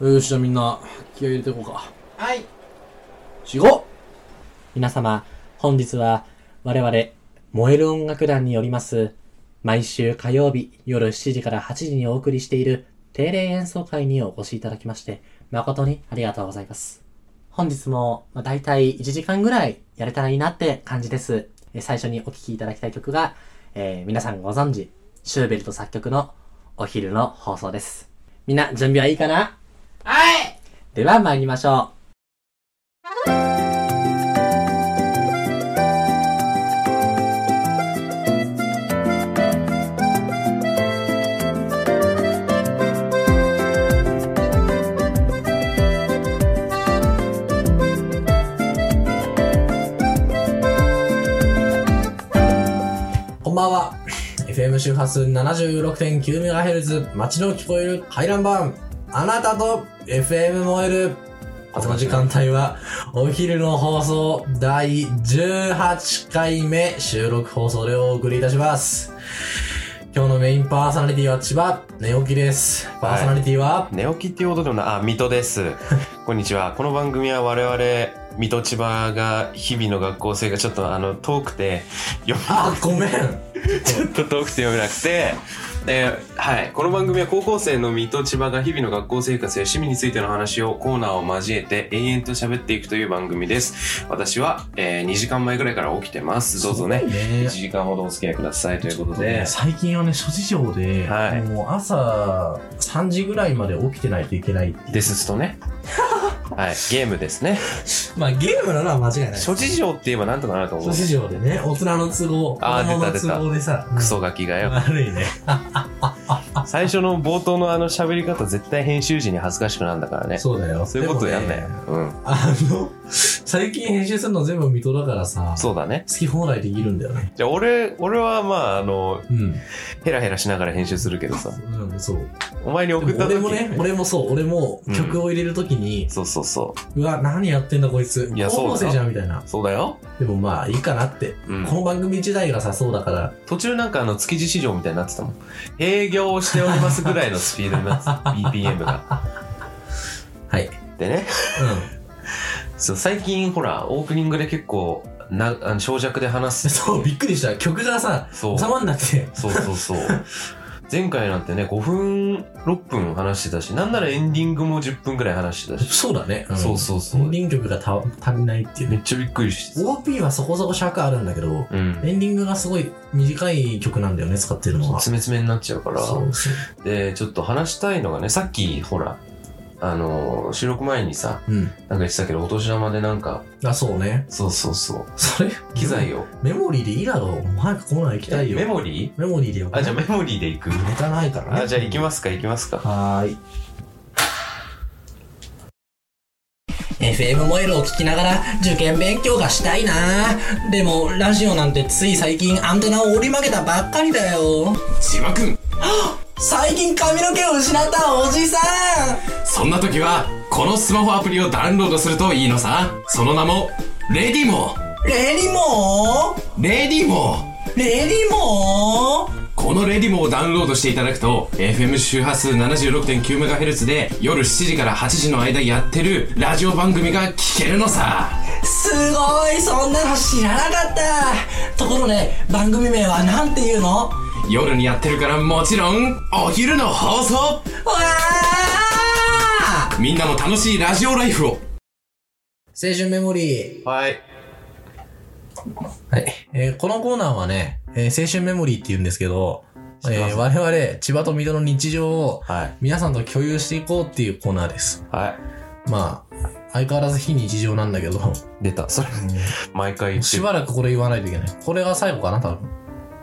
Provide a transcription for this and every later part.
よし、じゃあみんな、気合い入れていこうか。はい。仕事皆様、本日は我々、燃える音楽団によります、毎週火曜日夜7時から8時にお送りしている定例演奏会にお越しいただきまして、誠にありがとうございます。本日も、まあ、大体1時間ぐらいやれたらいいなって感じです。え最初にお聴きいただきたい曲が、えー皆さんご存知、シューベルト作曲のお昼の放送です。みんな準備はいいかなはい。では参りましょう。こんばんは。FM 周波数 76.9MHz、街の聞こえる回覧版。あなたと FM 燃える。この時間帯は、お昼の放送第18回目収録放送でお送りいたします。今日のメインパーソナリティは千葉、寝起きです。パーソナリティは、寝起きっていうほどでもなあ水戸です こんにちはこの番組は我々水戸千葉が日々の学校生がちょっとあの遠くて読めあ、ごめん。ちょっと遠くて読めなくてで、はい、この番組は高校生の水戸千葉が日々の学校生活や趣味についての話をコーナーを交えて延々と喋っていくという番組です私は、えー、2時間前ぐらいから起きてますどうぞね1時間ほどお付き合いくださいということで最近はね、諸事情で、はいもう朝3時ぐらいまで起きてないといけないっていうデススとねはいゲームですねまあゲームなのは間違いない。諸事情って言えばなんとかなると思う諸事情でね、大人の都合、あー大人の出た出都た合でさ、クソガキがうんよ悪いね。最初の冒頭のあの喋り方絶対編集時に恥ずかしくなるんだからねそうだよ。そういうことやんなよ、でもねうんあの、最近編集するの全部水戸だからさ、好そうだねき放題できるんだよね。じゃあ俺俺はまああのうん。ヘラヘラしながら編集するけどさうん、そう。お前に送っでもた時俺もね、俺もそう、俺もうん曲を入れるときに、そうそうそうわ、何やってんだこいつ。いや高校そうだ生よじゃんみたいなう。そうだよ、でもまあ、いいかなって。うんこの番組自体がさ、そうだから、途中なんかあの築地市場みたいになってたもん営業をしておりますぐらいのスピードになってた BPM がはい。うん。でねそう最近ほらオープニングで結構なあの小尺で話す そう、びっくりした。曲がさ、そう収まんなくて。そうそうそう。前回なんてね、5分、6分話してたし、なんならエンディングも10分くらい話してたし。そうだね。んそうそうそうエンディング曲がた足りないっていうめね。っちゃびっくりして。 OP はそこそこ尺あるんだけど、うん。エンディングがすごい短い曲なんだよね、使ってるのは。つめつめになっちゃうから。そうそう。で、ちょっと話したいのがね、さっき、ほら、あのー収録前にさ、うなん。んか言ってたけど、お年玉でなんか、あ、そうね。そうそうそう、それ、機材を。メモリーでいいだろう。早くコーナー行きたいよ。メモリーメモリーでよ。あ、じゃあメモリーで行く。ネタないからね。あ、じゃあ行きますか、行きますか。はーい。 FM モエルを聞きながら受験勉強がしたいなでもラジオなんてつい最近アンテナを折り曲げたばっかりだよ千葉くん最近髪の毛を失ったおじさんそんな時はこのスマホアプリをダウンロードするといいのさその名もレディモレディモレディモーレディモーこのレディモをダウンロードしていただくと FM 周波数 76.9MHz で夜7時から8時の間やってるラジオ番組が聞けるのさすごいそんなの知らなかったところで番組名は何て言うのわ夜にやってるからもちろんお昼の放送あみんなも楽しいラジオライフを青春メモリー。はい。はい。えーこのコーナーはね、えー青春メモリーって言うんですけど、知ってまえーす我々、千葉と水戸の日常をはい。皆さんと共有していこうっていうコーナーです。はまあ、相変わらず非日常なんだけど、い。出た。それ、毎回言ってしる。ばらくこれ言わないといけない。これが最後かな、多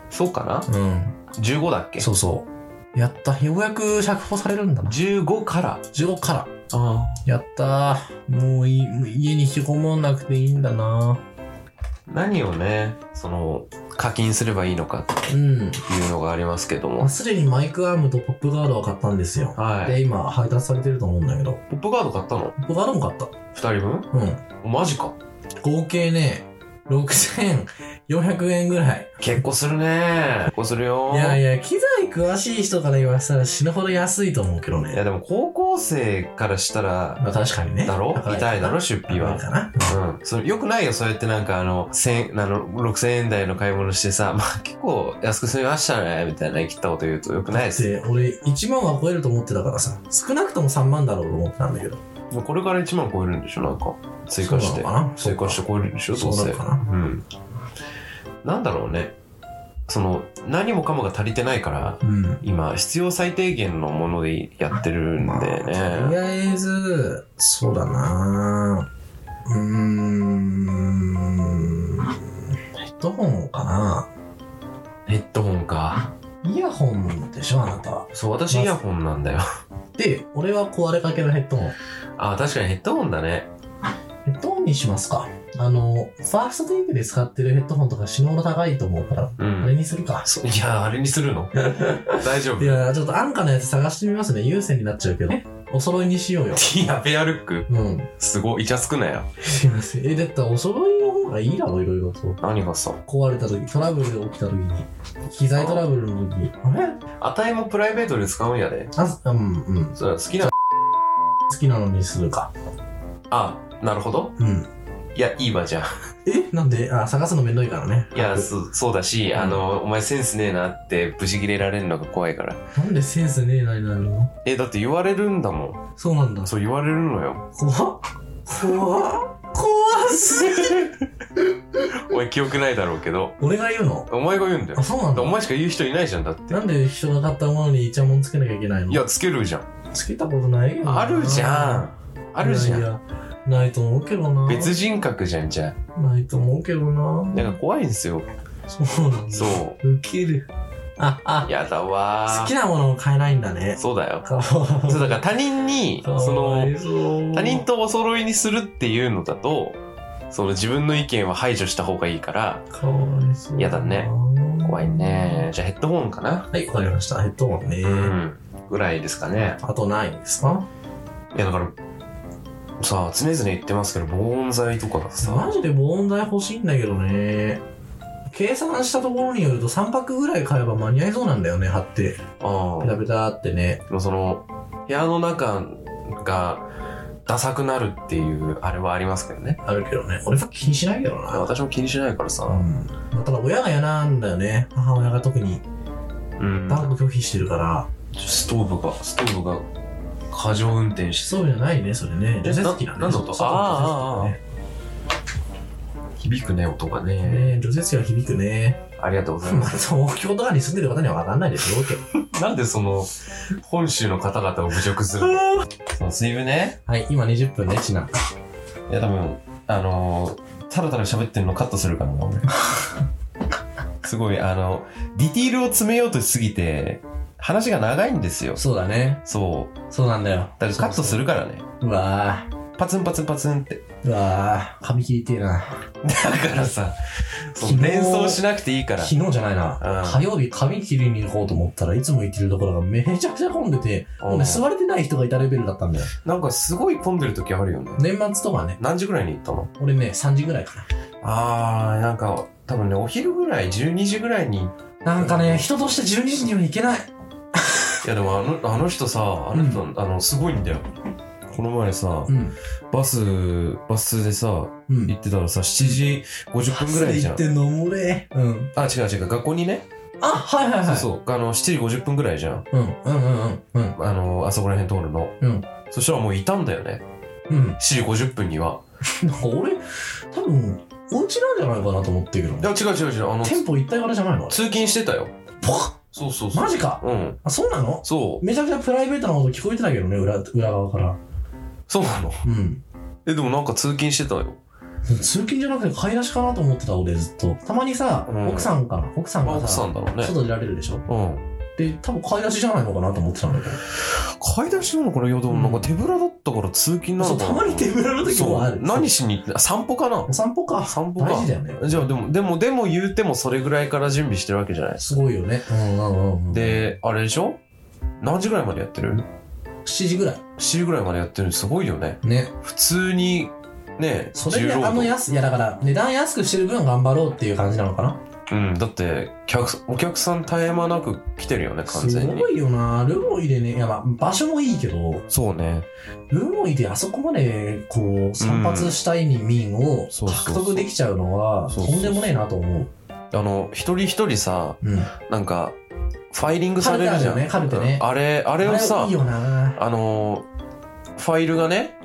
そうかな分。うん。 ?15 だっけそうそう。やった。ようやく釈放されるんだな。 15から。 15から。あやったー。もういもう家に引きこもんなくていいんだな何をねその課金すればいいのかっうん。ていうのがありますけどまあもすでにマイクアームとポップガードは買ったんですよ。はで、い今配達されてると思うんだけど。ポップガード買ったのポップガードも買った。 2人分うマジかん。合計ね、6400円ぐらい。結構するね結構するよいやいや、機材に詳しい人から言わせたら死ぬほど安いと思うけどいやね。でも高校生からしたら、まあ確かにね。だろ高痛いだろ出費は高いかな。うん。それよくないよ、そうやってなんかあの、千、あの、6000円台の買い物してさ、まあ結構安く済みましたね、みたいな切ったこと言うとよくないですよ。で、俺1万は超えると思ってたからさ、少なくとも3万だろうと思ってたんだけど。もうこれから1万超えるんでしょ、なんか。追加してそうなのかな。追加して超えるんでしょ、どそううなせの。かな。うん。なんだろうね。その、何もかもが足りてないから、うん。今、必要最低限のものでやってるんまあ、でとりね。あえず、そうだなうーん。ヘッドホンかなヘッドホンか。イヤホンでしょ、あなたは。そう、私イヤホンなんだよ。で、俺は壊れかけのヘッドホン。あ、確かにヘッドホンだね。ヘッドホンにしますか。あの、ファーストテイクで使ってるヘッドホンとか死ぬほど高いと思うから、うあれん。にするか。そいや、あれにする の大丈夫いや、ちょっと安価なやつ探してみますね。優先になっちゃうけど。お揃いにしようよ。いや、ペアルックうん。すごい、イチャつくなよ。すいません。え、だったらお揃いの方がいいだろ、いろいろと。何がさ。壊れた時、トラブル起きた時に、機材トラブルの時に、あれあたいもプライベートで使うんやで。あ、うん、うん。そう好きな。好きなのにするか。あ、なるほど。うん。いや、いいわ、じゃあ。えなんで、あ、探すのめんどいからね。いや、そそうだし、あの、お前センスねえなって、ブチ切れられるのが怖いから。なんでセンスねえなになるのえ、だって言われるんだもん。そうなんだ。そう言われるの よ。怖っ怖っ怖すぎるお前記憶ないだろうけど。俺が言うのお前が言うんだよあ、。そうなんだお。前しか言う人いないじゃん、だって。なんで人が買ったものにイチャモンつけなきゃいけないのいや、つけるじゃん。つけたことないよなあるじゃん。あるじゃいやいん。やないと思うけどな別人格じゃん、じゃないと思うけどあ。ななんか怖いんですよ。そうなんだそうウケるああう。やだわ好きなものを買えないんだー。ねそうだよ。かわそうだから他人に、かそわの、いそう他人とお揃いにするっていうのだと、その自分の意見は排除した方がいいから、かわいそうやだね怖いね。じゃあヘッドホンかなはいわかりましたヘッドホンねうん。ぐらいですかね。あとないんですかいやだから、さあ、常々言ってますけど、防音材とかマさ、ジで防音材欲しいんだけどね計算したところによると3泊ぐらい買えば間に合いそうなんだよね貼ってああペタペタってねでもその、部屋の中が、ダサくなるっていう、あれはありますけどね。あるけどね俺は気にしないけどな私も気にしないからさ。うん、ただ親が嫌なんだよね母親が特にうんバンク拒否してるから、ストーブが、ストーブが、過剰運転して、そうじゃないねそれねえ除雪機だねななんの音外の除雪響くね、音が機だねね除雪機は響くねありがとうございま。ますあ東京とかに住んでる方には分かんないでしょうけどなんでその、本州の方々を侮辱するのその水分ね、はい今20分ねちないや多分、あのー、たらたら喋ってるのカットするからな、 俺。すごい、あの、ディティールを詰めようとしすぎて、話が長いんですよ。そうだねそう。そうなんだよだからカットするからね。うわパツンパツンパツンって。ーうわー髪切りてえなだからさ、そう昨日連想しなくていいから。昨日じゃないな、うん火曜日髪切りに行こうと思ったらいつも行ってるところがめちゃくちゃ混んでて、もうね座れてない人がいたレベルだったんだよなんかすごい混んでる時あるよね。年末とかね何時ぐらいに行ったの俺ね3時ぐらいかなあー、なんか、多分ね、お昼ぐらい、12時ぐらいになんかね、人として12時には行けない。いやでもあのあの人さあの人、あのすごいんだよこの前さ、ん。バスバスでさうん行ってたらさ7時50分ぐらいじゃん行ってんのもれ。うん。あ違う違う学校にね、あ、はいはいはい。そうそうあの7時50分ぐらいじゃんう。うん、うん、うん、うん。あのあそこら辺通るの、うんそしたらもういたんだよねうん。 7時50分にはなんか俺、多分、お家なんじゃないかなと思ってるけいやど。違う違う違うあの店舗一体型じゃないのあれ通勤してたよポカそうそうそうマジかうんあ、そうなのそうめちゃくちゃプライベートなこと聞こえてたけどね、裏、裏側から。そうなのうん。えでもなんか通勤してたよ通勤じゃなくて買い出しかなと思ってた俺ずっと。たまにさ、うん奥さんかな奥さんあが奥ささ、んだろうね外出られるでしょうんで、多分買い出しじゃないのかなと思ってたんだけど。買い出しなのかないやでもなんか手ぶらだったから通勤なそのう、かなたまに手ぶらの時もある。そう何しに行って散歩かなお散歩か。散歩か大事だよね。じゃあでもでもでも言うてもそれぐらいから準備してるわけじゃないですすごいよね。うんうんうんうん。であれでしょ何時ぐらいまでやってる7時ぐらい。 7時ぐらいまでやってるのすごいよねね。普通にねそれで、重労あの働安、いやだから、値段安くしてる分頑張ろうっていう感じなのかな。うん、だって客さんお客さん絶え間なく来てるよね完す全にごいよな。ルモイでね、いやまあ、場所もいいけど、そうねルモイであそこまで、こう、散髪したい民をそうそ獲うそう得できちゃうのは、そうとそうそうんでもねえなと思う。あの一人一人さうん。なんかファイリングされるじゃんカルテあるよねカルテねうんあれああれをさいいよな。あのーファイルがね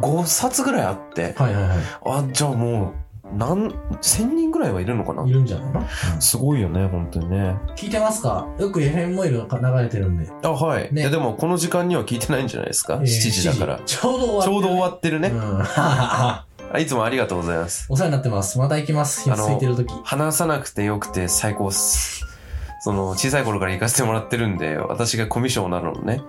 5冊ぐらいあってはいはいは。あじゃあもう何1000人ぐらいはいるのかないいるんじゃないの、すごいよね本当にね聞いてますかよく FM モイルが流れてるんで。あはい、ねいやでもこの時間には聞いてないんじゃないですか、えー7時だから7ちょうど終わっちてょうど終っわってるね、うん。 あいつもありがとうございますお世話になってます。また行きます。あ落のち着いてる時。話さなくてよくて最高っすその小さい頃から行かせてもらってるんで私がコミュ障なのをね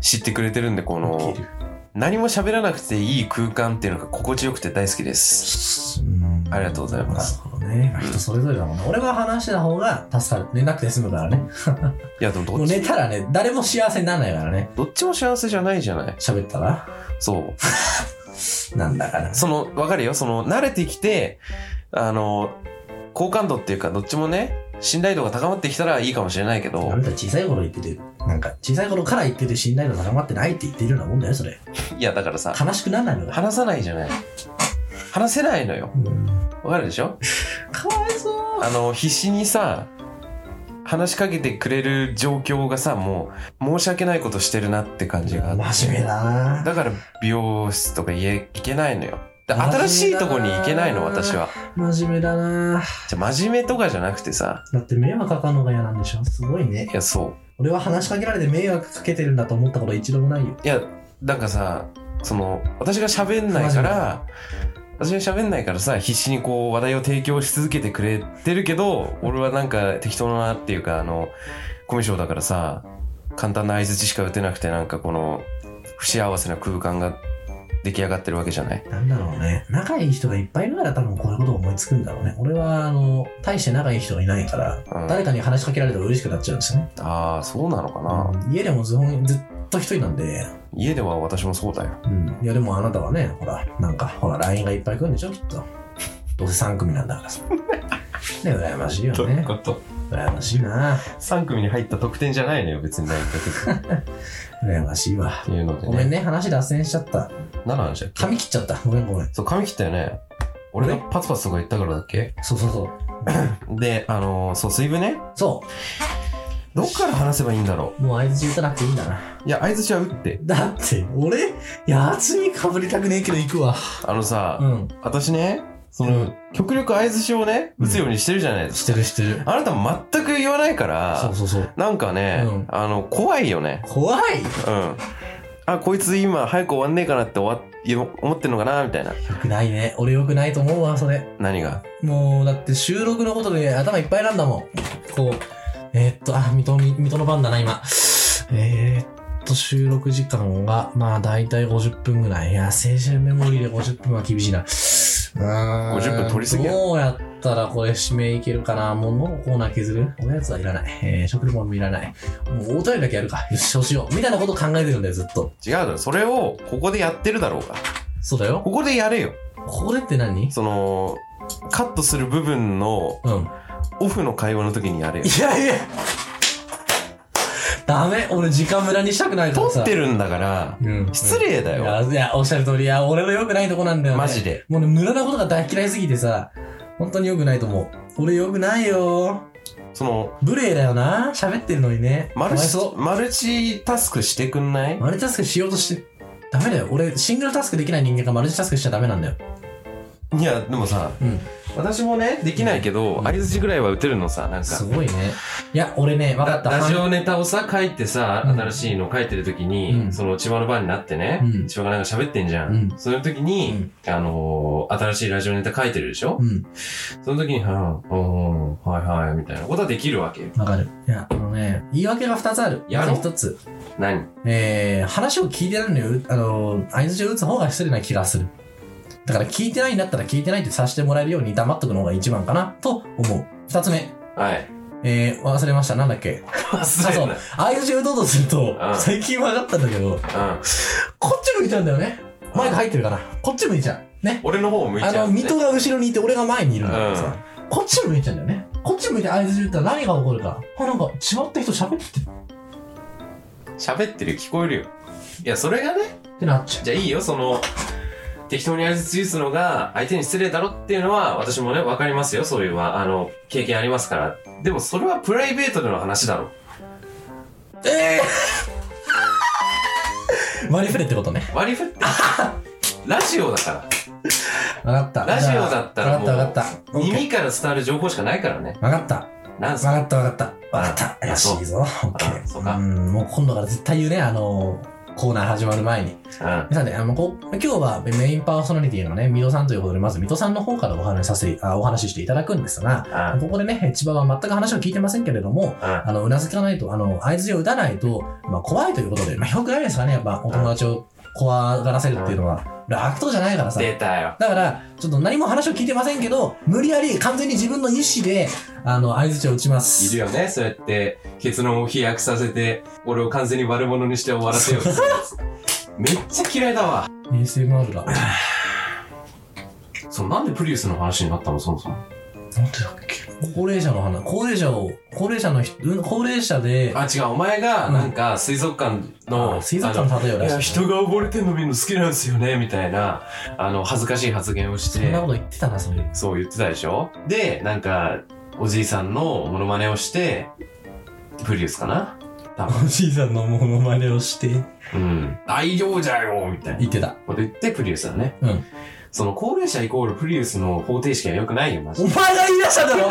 知ってくれてるんでこの起きる何も喋らなくていい空間っていうのが心地よくて大好きですうんありがとうございます。なるほどね。人それぞれだもんな。俺が話してた方が助かる。寝なくて済むからね。いやでもどもっうち寝たらね、誰も幸せにならないからね。どっちも幸せじゃないじゃない。喋ったら。そう。なんだから。その、わかるよ。その、慣れてきて、あの、好感度っていうか、どっちもね、信頼度が高まってきたらいいかもしれないけあどん、た小さい頃言ってて、なんか小さい頃から言ってて信頼度高まってないって言ってるようなもんだよ、それ。いや、だからさ、悲しくならないのかよ。話さないじゃない。話せないのよ。うんわかるでしょかわいそう。あの、必死にさ、話しかけてくれる状況がさ、もう、申し訳ないことしてるなって感じがあって真面目だなだから、美容室とか家行けないのよ。で真面目だな新しいとこに行けないの、私は。真面目だなじゃあ、真面目とかじゃなくてさ、だって迷惑かかるのが嫌なんでしょすごいねい。や、そう。俺は話しかけられて迷惑かけてるんだと思ったこと一度もないよ。いや、なんかさ、その、私が喋んないから、私が喋んないからさ、必死にこう話題を提供し続けてくれてるけど、俺はなんか適当なっていうか、あの、コミュ障だからさ、簡単な相槌しか打てなくて、なんかこの、不幸せな空間が出来上がってるわけじゃない。なんだろうね。仲いい人がいっぱいいるから多分こういうことを思いつくんだろうね。俺は、あの、大して仲いい人がいないから、うん誰かに話しかけられたら嬉しくなっちゃうんですよね。ああ、そうなのかな。うん家でもずほんずっと一人なんで、家では私もそうだよ。うん。いや、でもあなたはね、ほら、なんか、ほら、LINE がいっぱい来るんでしょ、きっと。どうせ3組なんだ からさ。ね、羨ましいよね。と羨ましいな。 ?3 組に入った得点じゃないのよ、別にないっ羨ましいわ。ていうのでね。ごめんね、話脱線しちゃった。何の話だっけ髪切っちゃった。ごめんごめん。そう、髪切ったよね。俺がパツパツとか言ったからだっけそうそうそう。で、あのーそう、水分ね。そどっから話せばいいんだろう。もう相槌打たなくていいんだな。う。いや、合図しちゃうって。だって、俺、いやつにかぶりたくねえけど行くわ。あのさ、うん。私ね、そうのん、極力合図しをね、うん打つようにしてるじゃないですしてるしてる。か。あなたも全く言わないかそうら、そうそう。なんかね、うんあの、怖いよね。怖いうん。あ、こいつ今早く終わんねえかなって終わよ思ってんのかなみたいな。よくないね。俺よくないと思うわ、それ。何が。もう、だって収録のことで頭いっぱいなんだもん。こう、えー、っと、あ、水戸、水戸の番だな、今。えー、っと、収録時間が、まあ、だいたい50分ぐらい。いや、青春メモリーで50分は厳しいな。うーん50分取りすぎやどうやったらこれ締めいけるかなもうのコーナー削るおやつはいらない。えー、食レポもいらない。もう、お便りだけやるか。よし、そうしよう。みたいなこと考えてるんだよ、ずっと。違うだろ。それを、ここでやってるだろうが。そうだよ。ここでやれよ。これって何その、カットする部分のうん。オフの会話の時にやれよ。いやいやダメ俺時間無駄にしたくないから撮さってるんだから、うん、失礼だだよ。いやいやおっしゃる通りいや俺の良くないとこなんだよ、ね、マジで。もうね無駄なことが大嫌いすぎてさ本当に良くないと思う俺良くないよその、無礼だよな喋ってるのにねマルかわいチそ、マルチタスクしてくんないうマルチタスクしようとしてダメだよ俺シングルタスクできない人間がマルチタスクしちゃダメなんだよいや、でもさ、うん私もね、できないけど、相槌ぐらいは打てるのさ、なんすか。ごいねいや俺ね分かったラジオネタをさ、書いてさ、うん新しいの書いてる時に、うんその千葉の番になってね、うん千葉がなんか喋ってんじゃん。うんその時に、あのー新しいラジオネタ書いてるでしょ、うんその時に、はあ、おーはいはい、みたいなことはできるわけよ。わかるいやあのね言い訳が2つあるやろうまず一つ何えー、話を聞いてないのに、うあのー、相槌を打つ方が失礼な気がする。だから聞いてないんだったら聞いてないってさせてもらえるように黙っとくのが一番かなと思う。二つ目。はい。えー、忘れました。なんだっけ。 あ、忘そう。相槌打とうとするとう、ん最近分かったんだけど、なうん。こっち向いちゃうんだよね。マイク入ってるかな。こっち向いちゃう。ね。俺の方を向いちあゃの、う、ね。水戸が後ろにいて俺が前にいるんだからさ、こっち向いちゃうんだよね。こっち向いて合図で言ったら何が起こるか。あ、なんか、違った人喋ってる喋ってるよ聞こえるよいやそれがねってなっちゃじゃあいいよ、その、適当に挨拶すのが相手に失礼だろっていうのは、私もね、わかりますよ、そういうは。あの、経験ありますから。でもそれはプライベートでの話だろ。う。え え割り振れってことね。割り振って。 ラジオだかわかった。ら。ラジオだったらもう、わかったわかった。オッケー耳から伝わる情報しかないからね。わかった。なんすわかかったわかった。わかった。怪しいぞ。オッケあそうかー。うん、もう今度から絶対言うね、あのー、コーナー始まる前に。うん。さて、あの、こ今日はメインパーソナリティのね、水戸さんということで、まず水戸さんの方からお話しさせて、あお話ししていただくんですが、うん。ここでね、千葉は全く話を聞いてませんけれども、うん。あの、うなずかないと、あの、合図を打たないと、まあ、怖いということで、まあ、よくないですからね、やっぱ、お友達を怖がらせるっていうのは、楽とじゃないからさ。出たよ。だから、ちょっと何も話を聞いてませんけど、無理やり完全に自分の意思で、あの、合図を打ちまいるす。よね、そうやって、結論を飛躍させて、俺を完全に悪者にして終わらせようとするや つめっちゃ嫌いだわ。 ASMR だ。なんそう、なんでプリウスの話になったの、そもそも。てだっけ高齢者の話、高齢者を、高齢者の人、うん高齢者で、あ、違う、お前が、なんか、水族館の、あ水族館の例えあをのい出や、し人てね、が溺れてんの見るの好きなんですよね、みたいな、あの、恥ずかしい発言をしそんてな、こと言ってたな、それ。そう言ってたでしょで、なんか、おじいさんのモノマネをして、プリウスかな多分。おじいさんのモノマネをして、うん。大量じゃよみたいな言ってた。こと言って、プリウスだね。うん。その、高齢者イコールプリウスの方程式は良くないよ、マジおで。前が言い出しただ ろ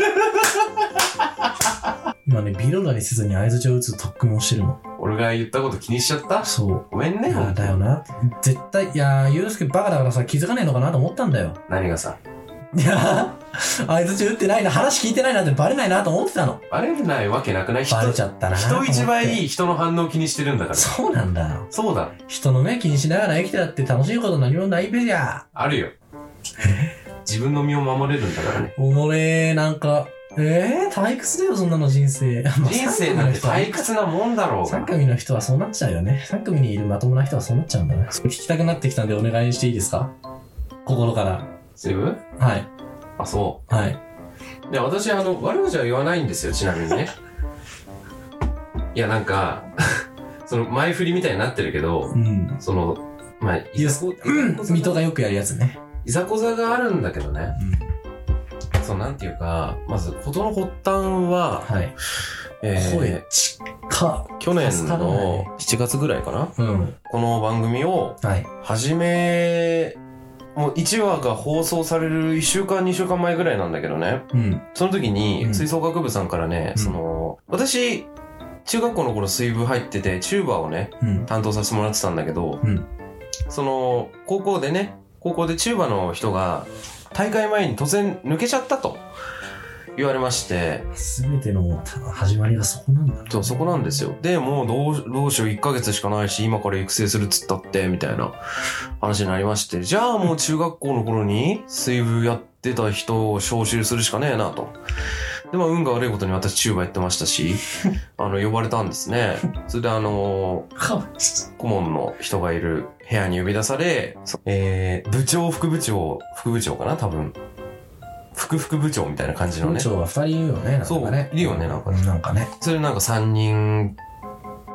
今ね、ビローダにせずに合図を打つ特訓をしてるの。俺が言ったこと気にしちゃったそう。ごめんいね、や本当だよな。絶対、いやー、ゆうすけバカだからさ、気づかねえのかなと思ったんだよ。何がさ、 いやー、合図打ってないな、話聞いてないなんてバレないなと思ってたの。バレないわけなくない人バレちゃったなと思人って。一倍人の反応気にしてるんだから。そうなんだよ。そうだ。人の目気にしながら生きてたって楽しいこと何もないべじゃ。あるよ。自分の身を守れるんだからね。おもれー、なんか、えー、退屈だよ、そんなの人生。 人生なんて退屈なもんだろうが3。組の人はそうなっちゃうよね。3組にいるまともな人はそうなっちゃうんだね。聞きたくなってきたんでお願いしていいですか心から。セブンはい。あ、そはい。う。で、私、あの、悪口は言わないんですよ、ちなみにね。いや、なんか、 その、前振りみたいになってるけど、うん。その、まあ、いやざこ、水戸がよくやるやつね。いざこざがあるんだけどね。その、なんていうか、まず、ことの発端は、はい。えー声、ちっか。去年助からないの7月ぐらいかなうん。この番組をはい。初め、もう1話が放送される1週間2週間前ぐらいなんだけどね。うん。その時うに、ん吹奏楽部さんからね、うんその、私、中学校の頃水部入ってて、チューバーをね、うん。担当させてもらってたんだけど、うんその、高校でね、高校でチューバーの人が、大会前に突然抜けちゃったと言われまして、すべての始まりがそこなんだそう、そこなんですよ。で、もうどう、どうしよう、1ヶ月しかないし、今から育成するっつったって、みたいな話になりまして、じゃあもう中学校の頃に水分やってた人を招集するしかねえなと。で、まあ運が悪いことに私チューバやってましたし、あの、呼ばれたんですね。それであのか。顧問の人がいる部屋に呼び出され、そえー、部長、副部長、副部長かな多分。副副部長みたいな感じの村ね。長は二人いるよね、なんかね。そういるよねなんかねなんかね。それなんか3人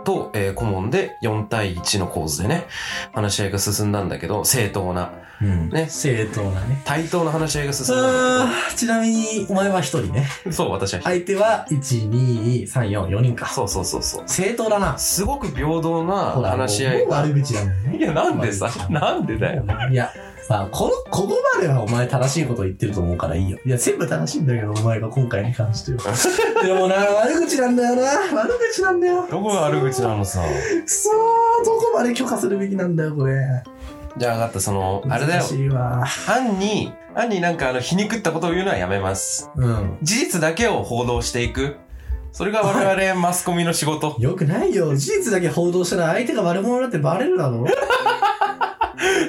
と、えー顧問で4対1の構図でね、話し合いが進んだんだけど、正当な、うん。ね正当なね。対等な話し合いが進んだんだあーちなみに、お前は一人ね。けど。そう、私は。相手は、1、2、3、4、4人か。そうそうそうそう。正当だな。すごく平等なほら、話し合いもうが。悪口だもんね。いや、なんでさ悪口、なんでだよ。いや、まあ、この、ここまではお前正しいこと言ってると思うからいいよ。いや、全部正しいんだけど、お前が今回に関して は。でもな、悪口なんだよな。悪口なんだよ。どこが悪口なのさ。くそー、どこまで許可するべきなんだよ、これ。じゃあ、分かった、その、あれだよ難。しいわ。案に、案になんかあの、皮肉ったことを言うのはやめます。うん。事実だけを報道していく。それが我々マスコミの仕 事。よくないよ。事実だけ報道したら相手が悪者だってバレるだろ。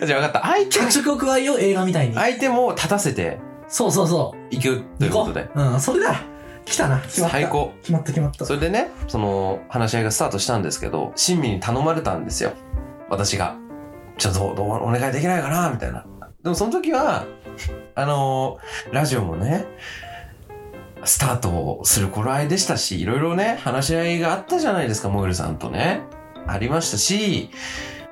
じゃあ、分かった。相手脚色を加えよう、映画みたいに。相手も立たせてそうそうそいくう。ということで行。こう。うん、それだ。来たな。決まった。最高。決まった決まった。それでね、その話し合いがスタートしたんですけど、親身に頼まれたんですよ。私が。ちょっとどうお願いできないかなみたいな。でもその時は、あのーラジオもね、スタートをする頃合いでしたし、いろいろね、話し合いがあったじゃないですか、モエルさんとね。ありましたし、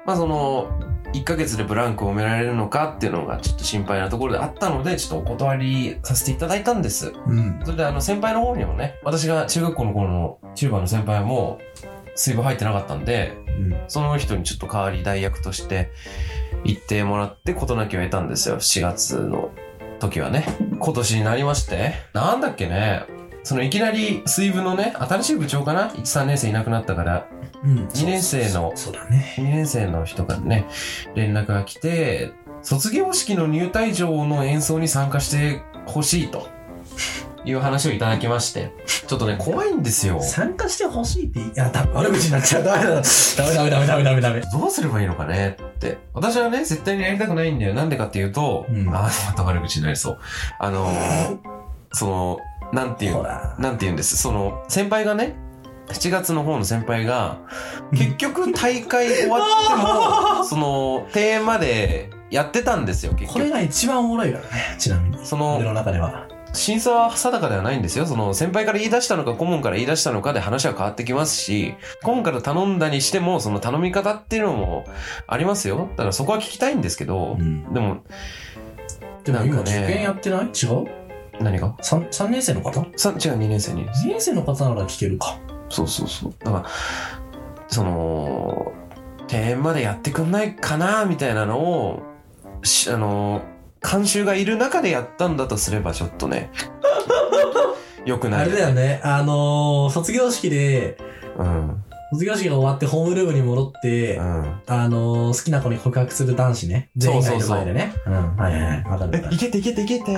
まあその、1ヶ月でブランクを埋められるのかっていうのがちょっと心配なところであったので、ちょっとお断りさせていただいたんです。うん。それであの先輩の方にもね、私が中学校の頃のチューバーの先輩も水分入ってなかったんで、うん。その人にちょっと代わり代役として行ってもらって事なきを得たんですよ。4月の時はね。今年になりまして。なんだっけね。そのいきなり水分のね、新しい部長かな ?1、3年生いなくなったから、うん。 2年生のそうだね。 2年生の人からね、連絡が来て、卒業式の入退場の演奏に参加してほしいと。いう話をいただきまして。ちょっとね、怖いんですよ。参加してほしいって、いや、だ悪口になっちゃう。ダメだ。ダメダメダメダメダメダメ。どうすればいいのかねって。私はね、絶対にやりたくないんだよ。なんでかっていうと、うんあー、また悪口になりそう。あのー、その、なんていうほのら。なんて言うんです。その、先輩がね、7月の方の先輩が、結局大会終わって も、その、テーマでやってたんですよ、結これ局。が一番おもろいからね、ちなみに。そ俺のの、中では。審査は定かではないんですよ。その、先輩から言い出したのか、顧問から言い出したのかで話は変わってきますし、顧問から頼んだにしても、その頼み方っていうのもありますよ。だからそこは聞きたいんですけど、でも、でも今、なんかね受験やってない違う何が 3, ?3 年生の方 ?2 さ違う、2年生に。年生の方なら聞けるか。そうそうそう。だから、その、庭園までやってくんないかな、みたいなのを、しあの、監修がいる中でやったんだとすれば、ちょっとね、よくなあい。れだよね、あのー、卒業式で、うん。卒業式が終わってホームルームに戻って、うん。あのー、好きな子に告白する男子ね。全員がいる前でね。うん。はいはいはい。わかるわかえ、るい。けていけていけて。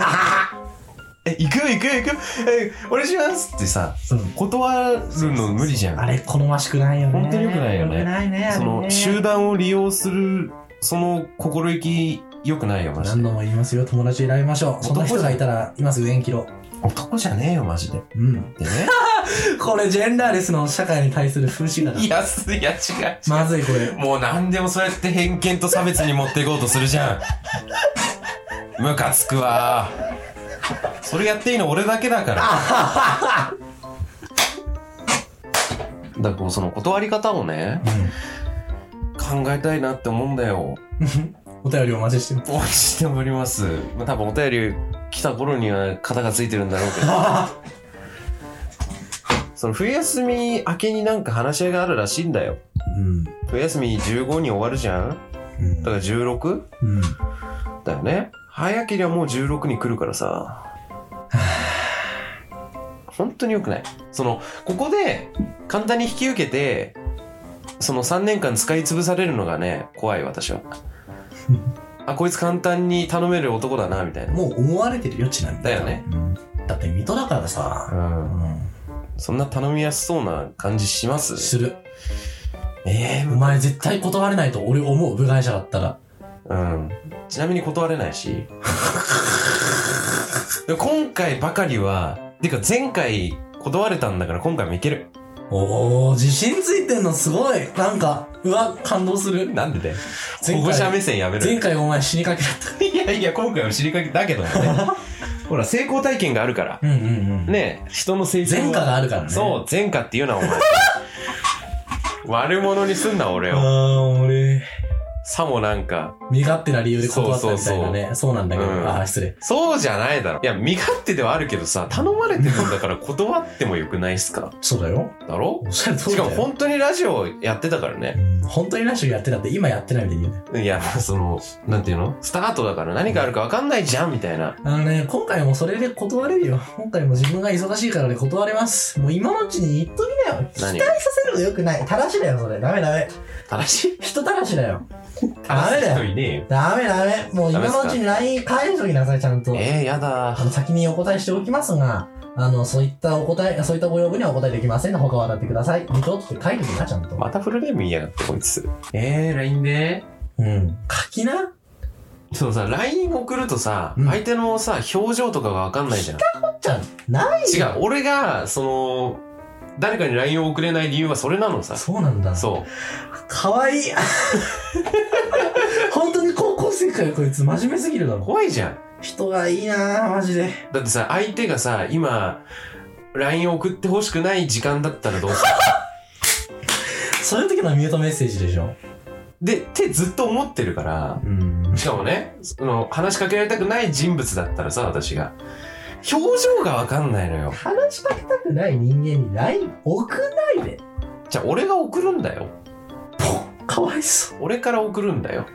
え、行くよ行くよ行くよえ、お願いしますってさ、うん断るの無理じゃん。あれ、好ましくないよね。本当に良くないよね良くないね。そあれの、ね集団を利用する、その心意気、良くないよ、マジ何で。度も言いますよ、友達選びましょう。そんな人がいたら、今すぐ縁切ろう。男じゃねえよ、マジで。うん。 でね。これ、ジェンダーレスの社会に対する風刺だからい。や、すいや、違う。まずい、これ。もう何でもそうやって偏見と差別に持っていこうとするじゃん。ムカつくわ。それやっていいの俺だけだから。だからこうその断り方をね、考えたいなって思うんだよ。お便りお待ちしてます。応援しております。まあ、多分お便り来た頃には型がついてるんだろうけど。その冬休み明けになんか話し合いがあるらしいんだよ。うん。冬休み15に終わるじゃんだから 16? うん。だよね早けりゃもう16に来るからさ 本当に良くないそのここで簡単に引き受けてその3年間使い潰されるのがね怖い 私はあこいつ簡単に頼める男だなみたいなもう思われてるよ、ちなみに。だよね。うん。だって、水戸だからさ。うんうそんな頼みやすそうな感じしまん。すする。ええお前絶対断れないと俺思う、部外者だったら。うんちなみに断れないし でも今回ばかりはてか前回断れたんだから今回もいけるおー、自信ついてんのすごい。なんか、うわ、感動する。なんでだよ前保回護者目線やめろ前よ。回お前死にかけだった。いやいや、今回は知りかけだけ どね。ほら、成功体験があるから。うんうんうん。ねえ人の成功。前科があるからね。そう、前科って言う な、お前。悪者にすんな、俺あを。ー、俺、さもなんか。身勝手な理由で断ったみたいなね。そうなんだけど、うんあー、失礼。そうじゃないだろ。いや、身勝手ではあるけどさ、頼まれてるんだから断ってもよくないっすかそうだよ。だろおっしゃる通しりだかよ。も本当にラジオやってたからね。うん本当にラッシュやってたって今やってないみたいに言うね。いや、その、なんていうのスタートだから何かあるか分かんないじゃん、みたいな。あのね、今回もそれで断れるよ。今回も自分が忙しいからで断れます。もう今のうちに言っときなよ。期何待させるのよくない。たらしだよ、それ。ダメダメ。正しい人たらしだよ。ダメだ人よ。いねえよ。ダメダメ。もう今のうちに LINE 返しときなさい、ちゃんと。えー、やだあ。の、先にお答えしておきますが、あの、そういったお答え、そういったご要望にはお答えできませんの他は当たってください。見とって書いてみな、ちゃんと。またフルネーム言いやがってこいつ。えー、LINE でうん。書きな。そのさ、LINE 送るとさ、うん相手のさ、表情とかがわかんないじゃん。ちゃん、ない違う、俺が、その、誰かに LINE を送れない理由はそれなのさ。そうなんだ。そう。かわいい 本当に高校生かよこいつ真面目すぎるだろ。怖いじゃん。人がいいなぁ、マジで。だってさ、相手がさ、今、LINE 送ってほしくない時間だったらどうする そういう時のミュートメッセージでしょ。で、ってずっと思ってるから、うん。しかもね、その、話しかけられたくない人物だったらさ、私が。表情がわかんないのよ。話しかけたくない人間に LINE 送んないで。じゃあ、俺が送るんだよ。かわいそう。俺から送るんだよ。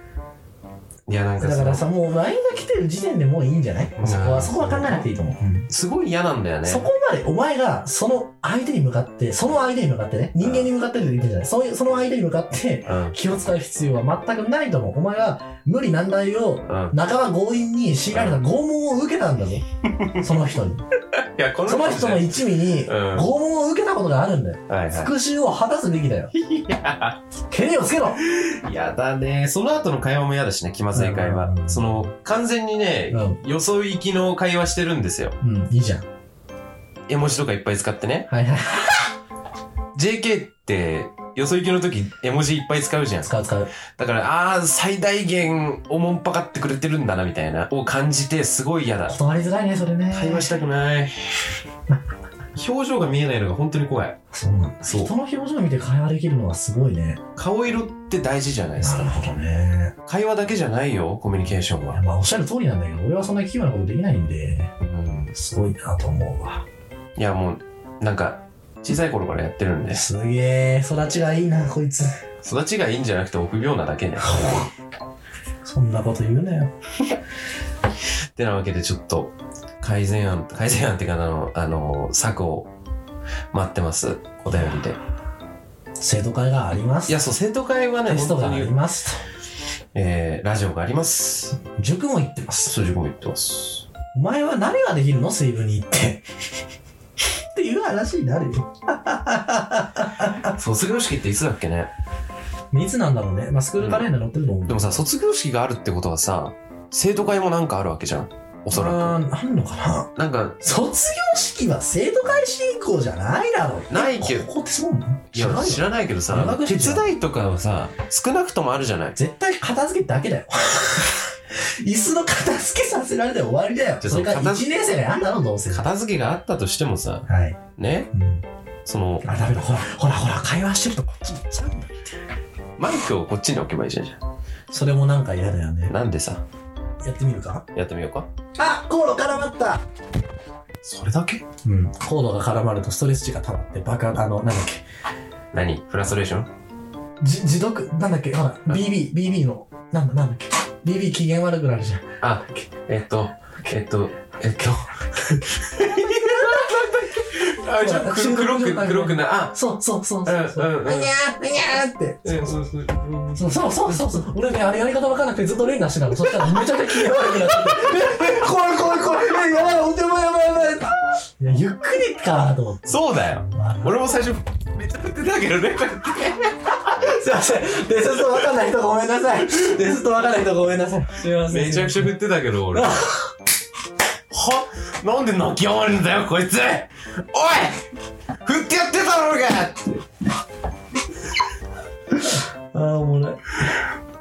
いや、なんだかからさ、さ、もう LINE が来てる時点でもういいんじゃないんそこは、そこは考えなくていいと思う。すごい嫌なんだよね。そこまでお前がその相手に向かって、その相手に向かってね、人間に向かってるって言ってんじゃないそういう、その相手に向かって うん。気を使う必要は全くないと思う。お前は無理難題をうん。半ば強引に強いられた拷問を受けたんだ ぞ。その人に。いや、こその人人のね一味にうん拷問を受けたことがあるんだよ。はいは復讐を果たすべきだよ。けりをつけろい。やだね。その後の会話も嫌だしね、気まずい会うんうんう話。んその、完全にね、うん。よそ行きの会話してるんですよ。うん、いいじゃん。絵文字とかいっぱい使ってね。はいはい。 JK って、よそ行きの時、絵文字いっぱい使うじゃん。使う使う。だから、あー、最大限、おもんぱかってくれてるんだな、みたいな、を感じて、すごい嫌だ。断りづらいね、それね。会話したく ない。表情が見えないのが本当に怖い。そうなんだ。そう人の表情見て会話できるのはすごいね。顔色って大事じゃないですか。ほどね。会話だけじゃないよ、コミュニケーションいはや。まあおっしゃる通りなんだけど、俺はそんな奇妙なことできないんで、うん。すごいなと思うわ。いや、もう、なんか、小さい頃からやってるんです。すげえ、育ちがいいな、こいつ。育ちがいいんじゃなくて臆病なだけね。そんなこと言うなよ。ってなわけでちょっと改善案改善案っていうかあのあの策を待ってますお便りで生徒会があります。いやそう生徒会はねテスト本当がありに、ますえー、ラジオがありますと。塾も行ってます。数字も言ってますお前は何ができるの水分に行って。っていう話になるよ。卒業式っていつだっけねいつなんだろうね。まあ、スクールカレンダー載ってると思う。でもさ卒業式があるってことはさ生徒会もなんかあるわけじゃんおそらあんのかなくなんか卒業式は生徒会進行じゃないだろう。ないけどここってそうなのいやよ知らないけど長さく手して伝いとかはさ少なくともあるじゃない絶対片付けだけだよ。 椅子の片付けさせられて終わりだよ。じゃあそれから片1付年生であんだろ、どうせ。片付けがあったとしてもさはい。ねうん、そのあ、ダメだ。ほら、ほら、ほら、会話してるとこっち行っちゃうんだ。マイクをこっちに置けばいいじゃんじゃそれもなんか嫌だよねん。なんでさやってみるかやってみようかあ、コード絡まったそれだけうん。コードが絡まるとストレス値が溜まって、バカ、あの、なんだっけ。何フラストレーションじ、自読、なんだっけ、ほら、BB、BB の、なんだ、なんだっけ。BB 機嫌悪くなるじゃん。あ、えっと、えっと、えっ と。あ、ちょっと黒黒く、黒くな、あ、そうそうそうそうそう。うんうんうんにゃー、にゃーって。うん、そうそう。そうそうそうそうそう。俺ね、あれやり方わかんなくてずっと連打してたの。そしたらめちゃくちゃ気が悪くなってて。え怖い怖い怖い。えやばい、お手前やばいやばい。いや、ゆっくりかと思って。そうだよ。俺も最初、めっちゃ振ってたけどね、こうやってすいません。デストわかんない人ごめんなさい。デストわかんない人ごめんなさい。すいません。めちゃくちゃ振ってたけど、俺。はなんで泣き止まるんだよ、こいつおい振ってやってたろうがああ、おもろ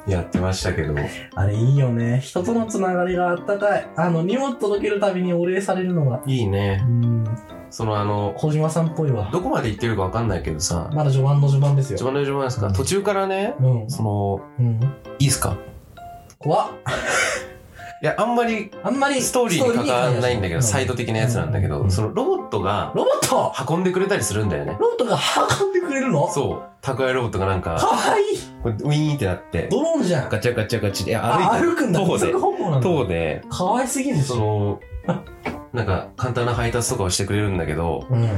い。やってましたけど。あれいいよね。人とのつながりがあったかい。あの、荷物届けるたびにお礼されるのが。いいね。うん。そのあの、小島さんっぽいわ。どこまで行ってるかわかんないけどさ、まだ序盤の序盤です一よ。番大丈夫ですか途中からね、うん。その、うん。いいっすか怖っ。いや、あんまりあんまりストーリーに関わらないんだけど、うサイド的なやつなんだけど、うそのロボットがロボット運んでくれたりするんだよね。ロボットが運んでくれるのそう。宅配ロボットがなんかか、わいいこうウィーンってなって、ドローンじゃんガチャガチャガチャで、いやあ歩い歩てくる、んだ徒歩二で足、歩行なん徒歩だで、かわいすぎるでしそょ の、なんか簡単な配達とかをしてくれるんだけど、うん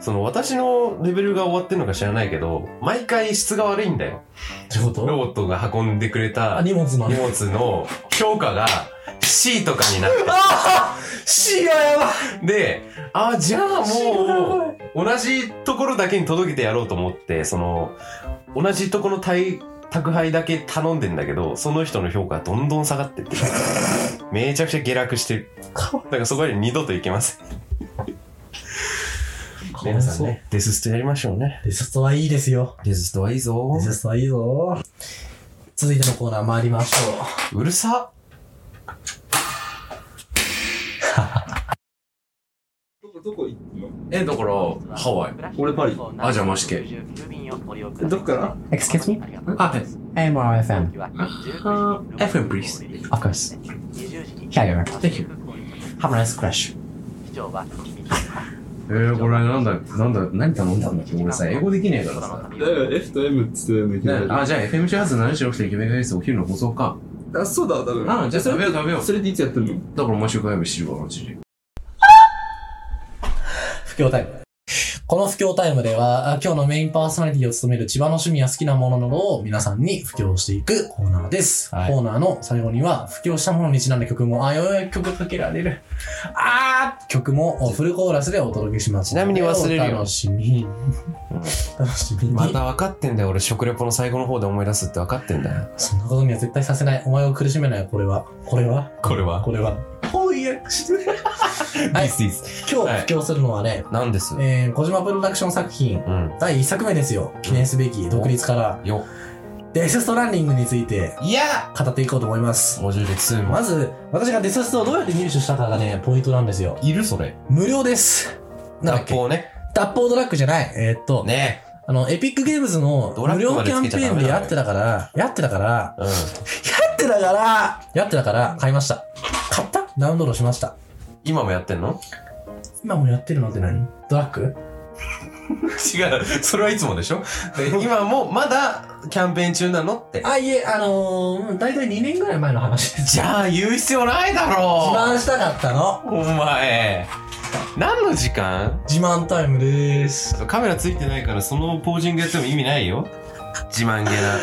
その私のレベルが終わってるのか知らないけど、毎回質が悪いんだよ。仕ロ事ボットが運んでくれあた荷荷物の物の評価が C とかになって死がやばいで、あ、じゃあ死がやばも、いう同じところだけに届けてやろうと思って、その、同じとこの対宅配だけ頼んでんだけど、その人の評価がどんどん下がってって、 めちゃくちゃ下落してる。かわだからそこより二度といけません。かわ皆いさそんうね、デスストやりましょうね。デストはいいですよデスストはいいぞデ。ストはいいぞ続いてのコーナー参りましょうるさ。どこ、どこ行くのえ、だから、ハワイ。俺パリあじゃあマシケどっから Excuse me? あ、はい。 Hey, Moro FM. FM, please. Of course. Yeah, you're right. Thank you. Have a nice crash. えー、これなんだ、なんだ、何頼んだんだっけ俺さ、英語できねえからさ。だよ、F と M っつってたよね、ねあ、じゃあ FM 周波数76.9メガヘルツお昼の放送か。あ、そうだ、多分。あ、じゃあそ食べよれう食べよう。それでいつやってんのだから毎週火曜日シルバーの時で。不況タイム。この不況タイムでは、あ今日のメインパーソナリティを務める千葉の趣味や好きなものなどを皆さんに布教していくコーナーです。はいコーナーの最後には、布教したものにちなんだ曲も、あ、ようやく曲かけられる。あー曲もフルコーラスでお届けします。ちなみに忘れるよお楽しみに。楽しみに。また分かってんだよ俺食レポの最後の方で思い出すって分かってんだよそんなことには絶対させない。お前を苦しめない、これは。これはこれはこれは。ほ いえ。はい、 This is 今はい日布教するのはね、何ですえー、小島プロダクション作品、うん第1作目ですよ。記念すべき独立から、よデスストランディングについていや語っていこうと思います。モジュール2もまず、私がデスストをどうやって入手したかがね、ポイントなんですよ。いるそれ無料です。なんだっ脱け法ね脱法ドラッグじゃない。えーっと、ねあの、エピックゲームズのドラッ無グ料まキでャつンけペちゃダメだーンでやってたから、やってたから、うんやってたから、やってたから、買いました。買ったダウンロードしました。今もやってんの今もやってるのって何ドラッグ 違うそれはいつもでしょで今もまだキャンペーン中なのってあ、いえ、あのー、うん大体2年ぐらい前の話です。じゃあ言う必要ないだ自ろ慢したかったの。うお前何の時間自慢タイムでーす。カメラついてないからそのポージングやっても意味ないよ自慢げな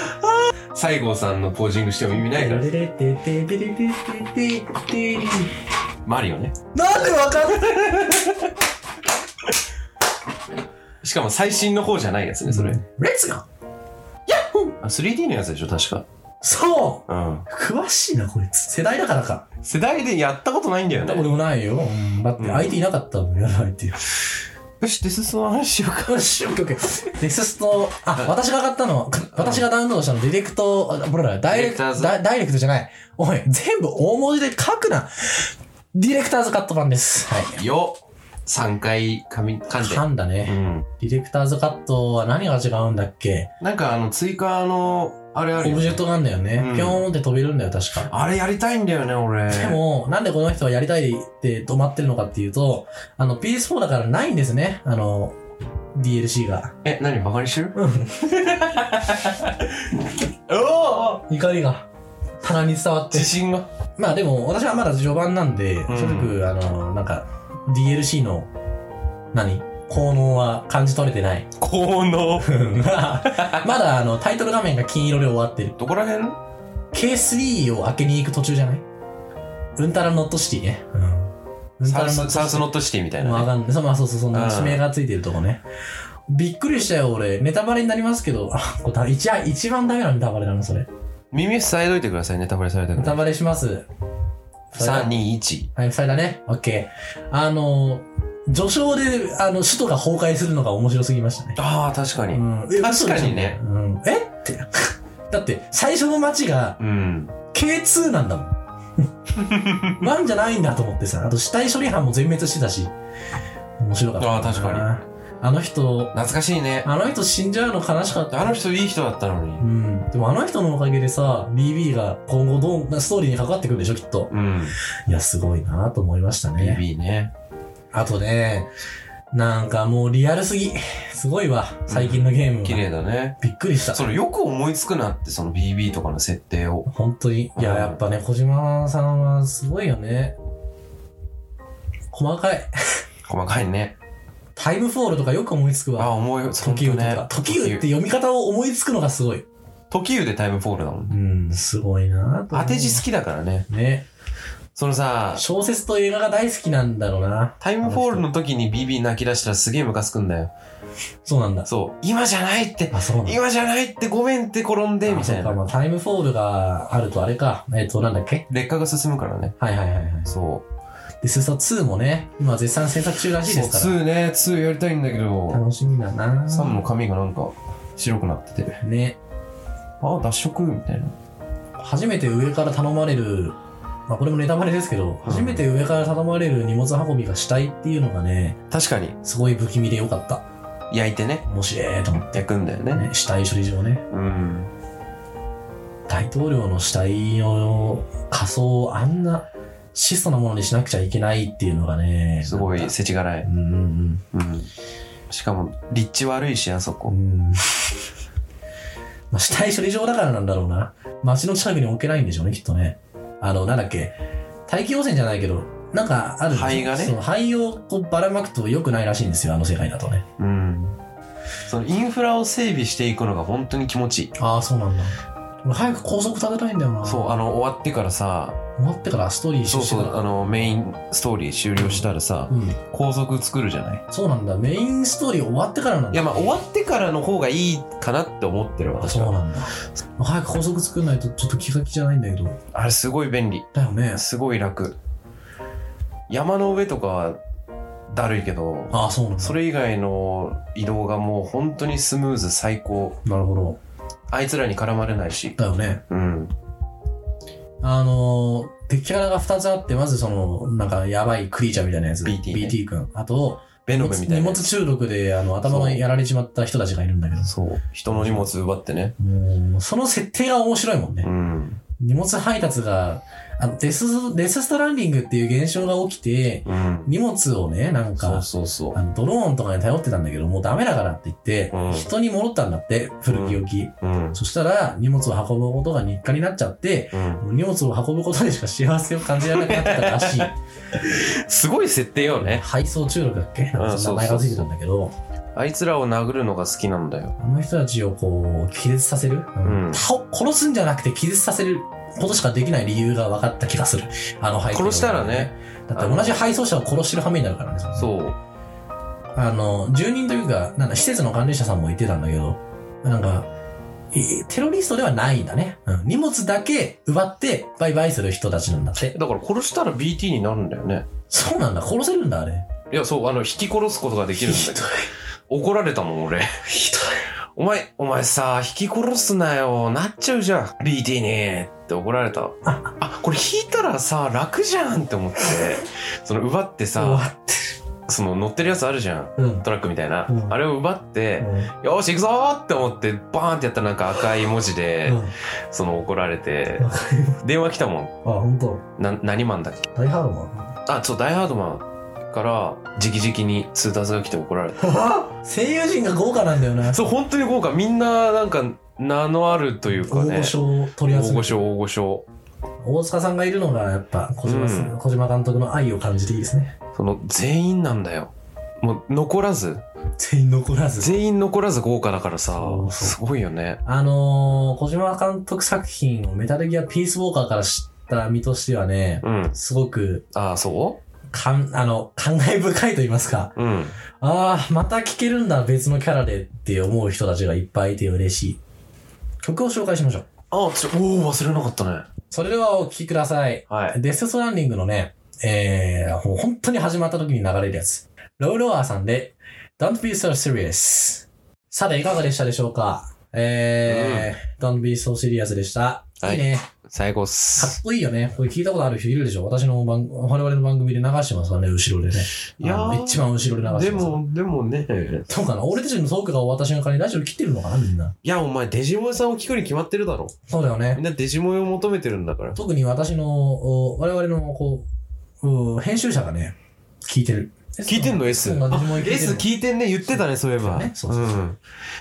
西郷さんのポージングしても意味ないからテレテテテレテテテテリマリオねなんでわかんないしかも最新の方じゃないやつねそれ、レッツゴーあ 3D のやつでしょ確かそううん詳しいな、こいつ。世代だからか。世代でやったことないんだよね俺もないよ。うんだって、うん相手いなかったもん、やらないっていう。よしデススの話しようかよし、オッケーオッケー。デススト、あ、私が買ったの、私がダウンロードしたの、ディレクト、あほら、ダイレクディレクタート、ズダダイレクトじゃない。おい、全部大文字で書くな。ディレクターズカット版です。はい。よ3回噛み噛んで噛んだうね。んディレクターズカットは何が違うんだっけなんかあの追加のあれあオるよ、ブジねェク、トなんだよねう。んピョーンって飛べるんだよ、確か。あれやりたいんだよね俺でも、なんでこの人はやりたいって止まってるのかっていうと、あの、PS4 だからないんですね。あの、DLC が。え何バカにしてるうん。 おお怒りが、棚に伝わって自。信がまあでも、私はまだ序盤なんで、ん正直、あの、なんか、DLC の、何効能は感じ取れてない。効能まだ、あの、タイトル画面が金色で終わってる。どこら辺 K3 を開けに行く途中じゃないうんたらノットシティね。うん。うんたサらウノットスシテサウスィ。ノットシティみたいわな、ね、かんない。そうまあそうそう、そんうなん地名がついてるとこね。びっくりしたよ、俺。ネタバレになりますけど、 あ、これだ一番一番ダメなネタバレなの、それ。耳塞いどいてくださいネタバレされたくネなタいバレします。 321はい、それだね。オッケー。あの、序章で、あの、首都が崩壊するのが面白すぎましたね。ああ確かにうんえ確かにね。嘘でしょうん。えって。 だって、最初の街がうん、 K2 なんだもん。1じゃ ないんだと思ってさ。あと、死体処理班も全滅してたし。面白かったな。あー確かあの人、懐かしいねあの人死んじゃうの悲しかった。あの人いい人だったのにうん。でもあの人のおかげでさ、BB が今後どう、ストーリーにかかってくるでしょ、きっと。うんいや、すごいなと思いましたね。 BB ねあとね、なんかもうリアルすぎ。すごいわ、最近のゲームは。綺麗だねびっくりした。そのよく思いつくなってその BB とかの設定を本当に。いや、うんやっぱね、小島さんはすごいよね。細かい。細かいねタイムフォールとかよく思いつくあわ。思い時湯とか。本当時湯って時読み方を思いつくのがすごい。時湯でタイムフォールだもんねうん、すごいな当て字好きだからねき。ね。そのさ小説と映画が大好きなんだろうな。タイムフォールの時に BB 泣き出したらすげえムカつくんだよそうなんだ。そう今じゃないってあ、そうなんだ。今じゃないってごめんって転んでみたいあそうかまなあタイムフォールがあるとあれか。えっと、なんだっけ劣化が進むからねはいはいはいはい。そうで、スーサ2もね、今絶賛制作中らしいでそう、すから。 2ね、2やりたいんだけど、楽しみだな3の髪がなんか白くなってて、ね。あ、脱色みたいな。初めて上から頼まれるまあこれもネタバレですけど、初めて上から頼まれる荷物運びがしたいっていうのがね、確かに。すごい不気味でよかった。焼いてね。面白いと思っ焼くんだよてね。ね、死体処理場ね。うん。大統領の死体の仮装をあんな質素なものにしなくちゃいけないっていうのがね。すごなんい、か世知辛い。うんうんうん。しかも、立地悪いし、あそこうん。う。ん。まあ、死体処理場だからなんだろうな。街の近くに置けないんでしょうね、きっとね。あの、なんだっけ。大気汚染じゃないけど、なんかある灰がねそう灰をこうばらまくと良くないらしいんですよ、あの世界だとね。うん。そのインフラを整備していくのが本当に気持ちいい。ああ、そうなんだ。俺早く高速立てたいんだよな。そう、あの、終わってからさ、終わってからストーリーそ出うしてそかう、あら。の、メインストーリー終了したらさ、うん。高速作るじゃない。そうなんだ。メインストーリー終わってからなんだ。いや、まあ、終わってからの方がいいかなって思ってる、私そうは。なんだ。早く高速作んないとちょっと気が気じゃないんだけど。あれ、すごい便利。だよね。すごい楽。山の上とかは、だるいけど、ああ、そうなんだ。それ以外の移動がもう本当にスムーズ最高。なるほど。あいつらに絡まれないし。だよね。うん。あのー、敵キャラが2つあって、まずその、なんかやばいクリーチャーみたいなやつ。 BT ね BT 君。あと、ベノムみた荷いな物やつ。中毒であの頭そがうやられちまった人たちがいるんだけど。そう。人の荷物奪ってね。もう、その設定が面白いもんねう。ん。荷物配達が、あの、デス、デスストランディングっていう現象が起きて、うん。荷物をね、なんそかう、そうそう。あのドローンとかに頼ってたんだけど、もうダメだからって言って、うん人に戻ったんだって、古き良き。うん。そしたら、荷物を運ぶことが日課になっちゃって、うん。荷物を運ぶことでしか幸せを感じられなくなってたらしい。すごい設定よね。配送中毒だっけなんかその名前がついてたんだけど、あいつらを殴るのが好きなんだよ。あの人たちをこう、気絶させる、うん倒殺すんじゃなくて気絶させることしかできない理由が分かった気がする。あの配送、殺したらね。だって同じ配送者を殺してる羽目になるからね。それそう。あの、住人というか、なんだ、施設の管理者さんも言ってたんだけど、なんか、いテロリストではないんだね。うん。荷物だけ奪って、バイバイする人たちなんだって。だから殺したら BT になるんだよね。そうなんだ、殺せるんだ、あれ。いや、そう、あの、引き殺すことができるんだけど。怒られたもん、俺。ひどい。お前、お前さ、引き殺すなよ。なっちゃうじゃん。BT ねって怒られた。あ、これ引いたらさ、楽じゃんって思って、その奪ってさ、その乗ってるやつあるじゃん。うん。トラックみたいな。うんあれを奪って、よーし、行くぞーって思って、バーンってやったらなんか赤い文字で、うん。その怒られてわ、電話来たもん。あ、本当。な、何マンだっけ大ハードマあ、そう、ダイハードマンから、直々に通達が来て怒られ た。ン。声優陣が豪華なんだよね。そう、本当に豪華。みんな、なんか、名のあるというか大ね御。所を取り大集め御て。所、大御所。大塚さんがいるのが、やっぱ、小島さん、う小島監督の愛を感じていいですね。その、全員なんだよ。もう、残らず、全員残らず。全員残らず豪華だからさそ、うそうすごいよね。あのー、小島監督作品をメタルギアピースウォーカーから知った身としてはね、うん。すごくああ、そかん、あの、感慨深いと言いますか。ううん。ああ、また聴けるんだ、別のキャラでって思う人たちがいっぱいいて嬉しい。曲を紹介しましょう。ああ、ちょ、おお、忘れなかったね。それではお聴きください。はい。デス・ストランディングのね、えー、もう本当に始まった時に流れるやつ。ローロアーさんで、Don't be so serious。さて、いかがでしたでしょうかえー、Don't be so serious でした。はいいね。最高っかっす。こいいよね。これ聞いたことある人いるでしょ私の番、我々の番組で流してますからね、後ろでね。いやーあの一番後ろで流してます。でも、でもね。どうかな俺たちのトークが終わった瞬間にラジオ切ってるのかなみんな。いや、お前、デジモンさんを聞くに決まってるだろ。そうだよみね。んなデジモンを求めてるんだから。特に私の、お我々の、こう、うー編集者がね、聞いてる。聞いてんの ?S。そうなんですもう聞いてる S 聞いてんね。言ってたね、そういえば。。ねそうそうそうん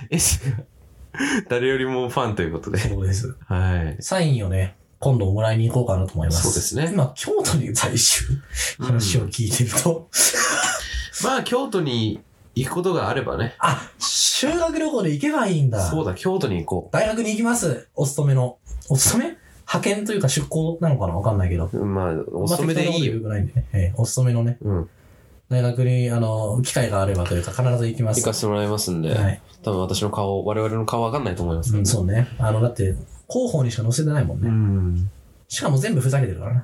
S 誰よりもファンということで。そうです。はい。サインをね、今度もらいに行こうかなと思います。そうですね今、京都に在住、うん話を聞いてると、まあ、京都に行くことがあればね。あ、修学旅行で行けばいいんだ。そうだ、京都に行こ大学に行きます。お勤めの。お勤め派遣というか出向なのかなわかんないけど。う。まあ、お勤めでいいよ。まあ適当なこと言うぐらいんでね。ええお勤めのね、うん。大学に、あの、機会があればというか、必ず行きます。行かせてもらいますんで。はい。多分私の顔、我々の顔わかんないと思いますけどうん、そうね。あの、だって、広報にしか載せてないもんうね。ん。しかも全部ふざけてるからね。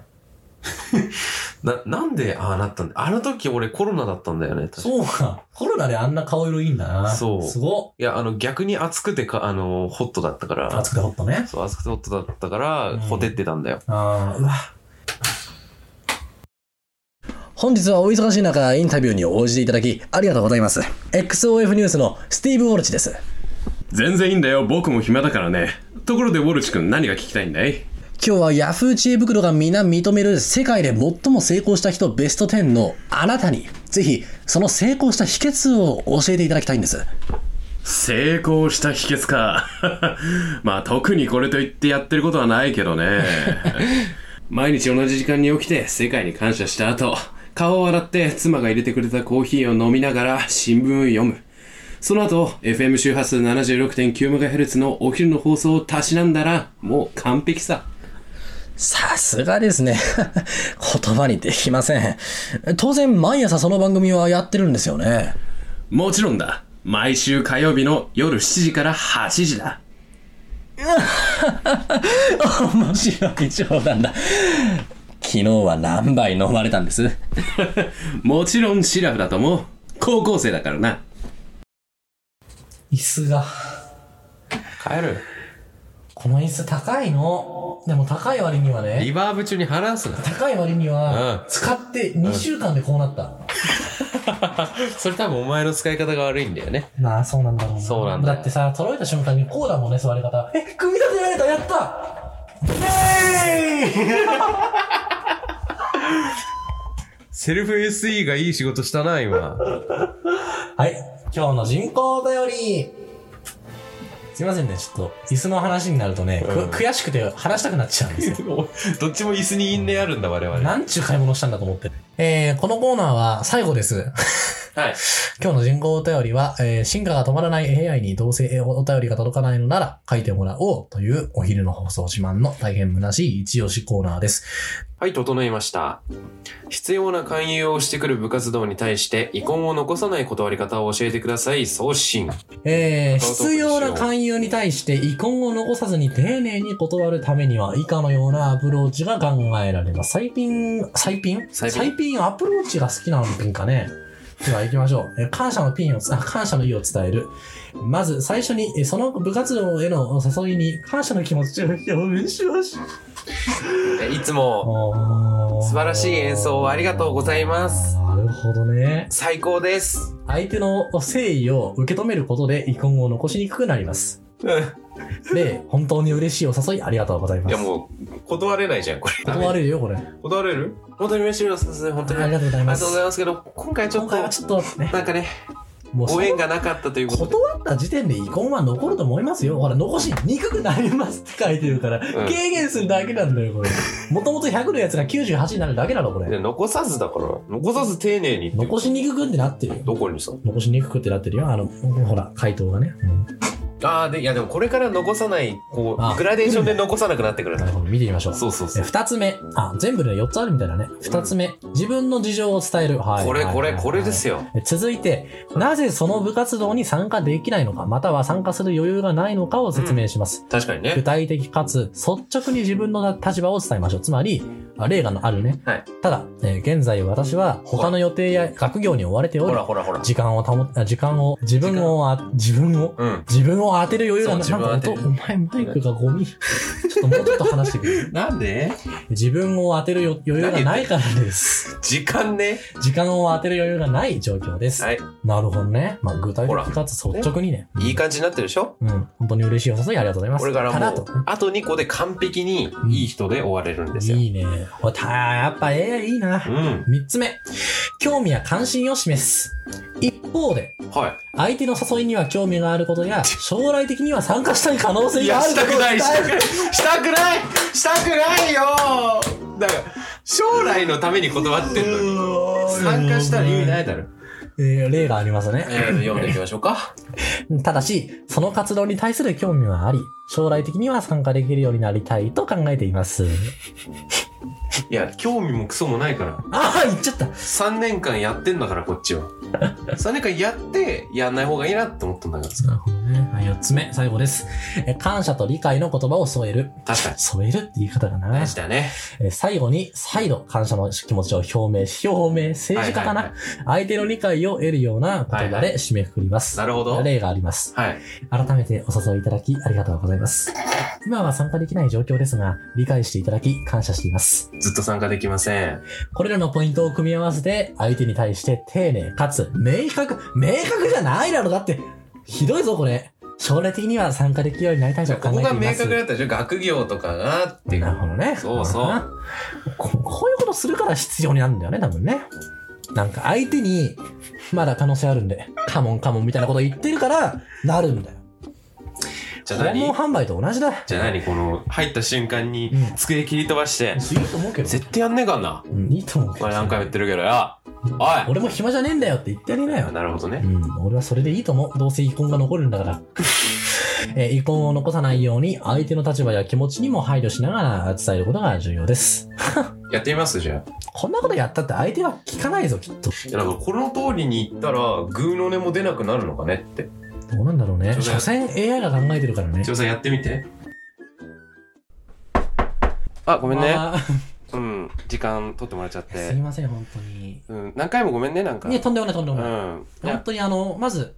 な、なんで、ああなったんだ。あの時俺コロナだったんだよね。確かそうか。コロナであんな顔色いいんだな。そうすごいや、あの、逆に暑くてか、あの、ホットだったかっ。ら。暑くてほっとね。そう、暑くてホットだったから、うんほてってたんだよ。ああ、うわ。本日はお忙しい中、インタビューに応じていただき、ありがとうございます。XOF ニュースのスティーブ・ウォルチです。全然いいんだよ。僕も暇だからね。ところで、ウォルチ君、何が聞きたいんだい今日は Yahoo 知恵袋が皆認める世界で最も成功した人ベスト10のあなたに、ぜひ、その成功した秘訣を教えていただきたいんです。成功した秘訣か。 まあ、特にこれといってやってることはないけどね。 毎日同じ時間に起きて、世界に感謝した後、顔を洗って、妻が入れてくれたコーヒーを飲みながら、新聞を読む。その後、FM 周波数 76.9MHz のお昼の放送をたしなんだら、もう完璧さ。さすがですね。 言葉にできません。当然、毎朝その番組はやってるんですよね。もちろんだ。毎週火曜日の夜7時から8時だ。面白い冗談だ。昨日は何杯飲まれたんですもちろんシラフだと思う。高校生だからな。椅子が、帰る。この椅子高いの。でも高い割にはね、リバーブ中に話すな。高い割には、使って2週間でこうなった。それ多分お前の使い方が悪いんだよね。まあ、そうなんだろうな。そうなんだよってさ、揃えた瞬間にこうだもんね、座り方。え、組み立てられたやったイェーイセルフ SE がいい仕事したな、今。 はい、今日の人工お便りすいませんね、ちょっと、椅子の話になるとね、くうん悔しくて話したくなっちゃうんで すよ。どっちも椅子に因縁あるんだ、我々。なんちゅう買い物したんだと思って。えー、このコーナーは最後です。はい。 今日の人工お便りは、えー進化が止まらない AI にどうせお便りが届かないのなら書いてもらおうというお昼の放送自慢の大変虚しい一押しコーナーです。はい、整いました。必要な勧誘をしてくる部活動に対して、遺恨を残さない断り方を教えてください、送信。え片岡でー、必すよ要な勧誘に対して遺恨を残さずに丁寧に断るためには以下のようなアプローチが考えられます。最ピン、最ピン最ピン最ピンアプローチが好きなのピンかね。では行きましょう。えー感謝のピンをつ、あ 感謝の意を伝える。まず最初に、えーその部活動への誘いに感謝の気持ちを表明します。いつも、素素晴らしい演奏をありがとうございますなるほどね。最高です。相手の誠意を受け止めることで遺恨を残しにくくなります。で、本当に嬉しいお誘いありがとうございまいす。や、もう、断れないじゃん、これ。断れるよ、これ。あ断れる本当に飯村先生、本当りに。ありがとうございまがすとうご。ざいますけど、今回ちょ今っと回は、ちょっとね、なんかね、もうそご縁うがなかったということで。断った時点で遺恨は残ると思いますよ。ほら、残しにくくなりますって書いてるから、ん軽減するだけなんだよ、これ。もともと100のやつが98になるだけだろ、こいやれ。残さずだから、残さず丁寧にって残しにくくってなってるよ。どこにさ残しにくくってなってるよ。あの、ほら、回答がね。うんああ、で、いやでもこれから残さない、こあう、グラデーションで残さなくなってくるなるほど見てみましょう。そうそうそう。二つ目。あ、全部で四つあるみたいだね。二つ目。自分の事情を伝える。はい。これ、はいこれ、これで。はいすよ。続いて、なぜその部活動に参加できないのか、または参加する余裕がないのかを説明します。確かに具ね。体的かつ率直に自分の立場を伝えましょう。つまり、あ例があるね。はいただ、えー現在私は他の予定や学業に追われておほりら、ほら、ほら。時間を保っ、あ時間を、自分をあ、自分を、うん。自分を当てる余裕がなそうなんか自分を当てるお前マイクがゴミ。ちょっともうちょっと話してくれ る。なんで自分を当てる余裕がないからです。時間ね。時間を当てる余裕がない状況です。はい。なるほどね。まあ、具体ほら的かつ率直にね。いい感じになってるでしょうん。本当に嬉しいお誘いありがとうございます。これからなもうと。、あと2個で完璧にいい人で終われるんですよ。いいね。これたやっぱ AI いいなう。ん。三つ目。興味や関心を示す。一方で、は相手の誘いには興味があることや、将来的には参加したい可能い。性いがや、あるしこたとくを伝ない、したくえない、したくない、したくないよだから、将来のために断ってんのに。参加したら意味ないだろ。えー例がありますね。えー読んでいきましょうか。ただし、その活動に対する興味はあり、将来的には参加できるようになりたいと考えています。いや、興味もクソもないから。ああ、言っちゃった。 3年間やってんだから、こっちは。それなんかやって、やんない方がいいなって思ったんだから。なるほどね。はい、4つ目、最後です。え感謝と理解の言葉を添える。確かに。添えるって言い方が長い大事だね。えー最後に再度感謝の気持ちを表明し、表明、政治家かはな、いはい相手の理解を得るような言葉で締めくくります。なるほど。例があります。はい。改めてお誘いいただきありがとうございます。今は参加できない状況ですが、理解していただき感謝しています。ずっと参加できません。これらのポイントを組み合わせて、相手に対して丁寧かつ明確、明確じゃないだろ、だって。ひどいぞ、これ。将来的には参加できるようになりたいと考ここえがてい明ます。確だったでしょ学業とかがっていうなるほどね。そうそうなるほどなこ。こういうことするから必要になるんだよね、多分ね。なんか相手に、まだ可能性あるんで、カモンカモンみたいなこと言ってるから、なるんだよ。じゃあ訪問何販売と同じだ。じゃあ何この、入った瞬間にうん机切り飛ばして、いいと思うけど。絶対やんねえかんな。うん、いいと思うけど。これ何回も言ってるけどよ。おい俺も暇じゃねえんだよって言ってやりなよ。なるほどね。うん、俺はそれでいいと思う。どうせ遺恨が残るん だから。えー遺恨を残さないように、相手の立場や気持ちにも配慮しながら伝えることが重要です。やってみますじゃあ。こんなことやったって相手は聞かないぞ、きっと。いや、だからこの通りに行ったら、グーの音も出なくなるのかねって。どうなんだろうそね。うだ所よ詮 AI が考えてるからね。千代さんやってみて。あ、ごめんね。あーうん。時間取ってもらっちゃっすてい。ません、本当に。うん。何回もごめんね、なんか。いや、とんでもない、とんでうもない。ん。い本や当にあの、まず、うん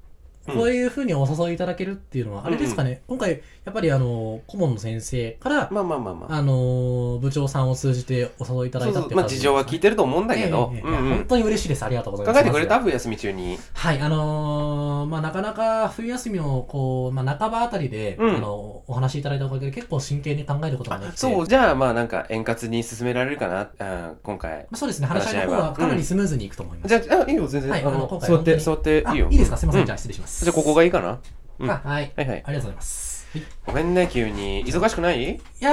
こういうふうにお誘いいただけるっていうのは、あれですかね、今回、やっぱりあの、顧問の先生から、まあまあまあまあ。あの、部長さんを通じてお誘いいただそいうたそってう。まあ事情は聞いてると思うんだたけど。うんうん本。当に嬉しいです。ありがとうございま考す。えてくれた冬休み中に。はい、あのーまあ、なかなか冬休みの、こう、まあ、半ばあたりで、うんあの、お話しいただいたおかげで結構真剣に考えることができて。そう、じゃあまあなんか円滑に進められるかな、うん、今回。まあ、そうですね、話し合いの話し合方いははかなりスムーズにいくと思います。じゃあ、あいいよ、全然。はいああのの今、回座っ本て、当座っていいよ。いいですかすいません、うじゃあ失礼します。じゃあここがいいかなうんあはい。はいはい。ありがとうございます。はいごめんね、急に。忙しくないいや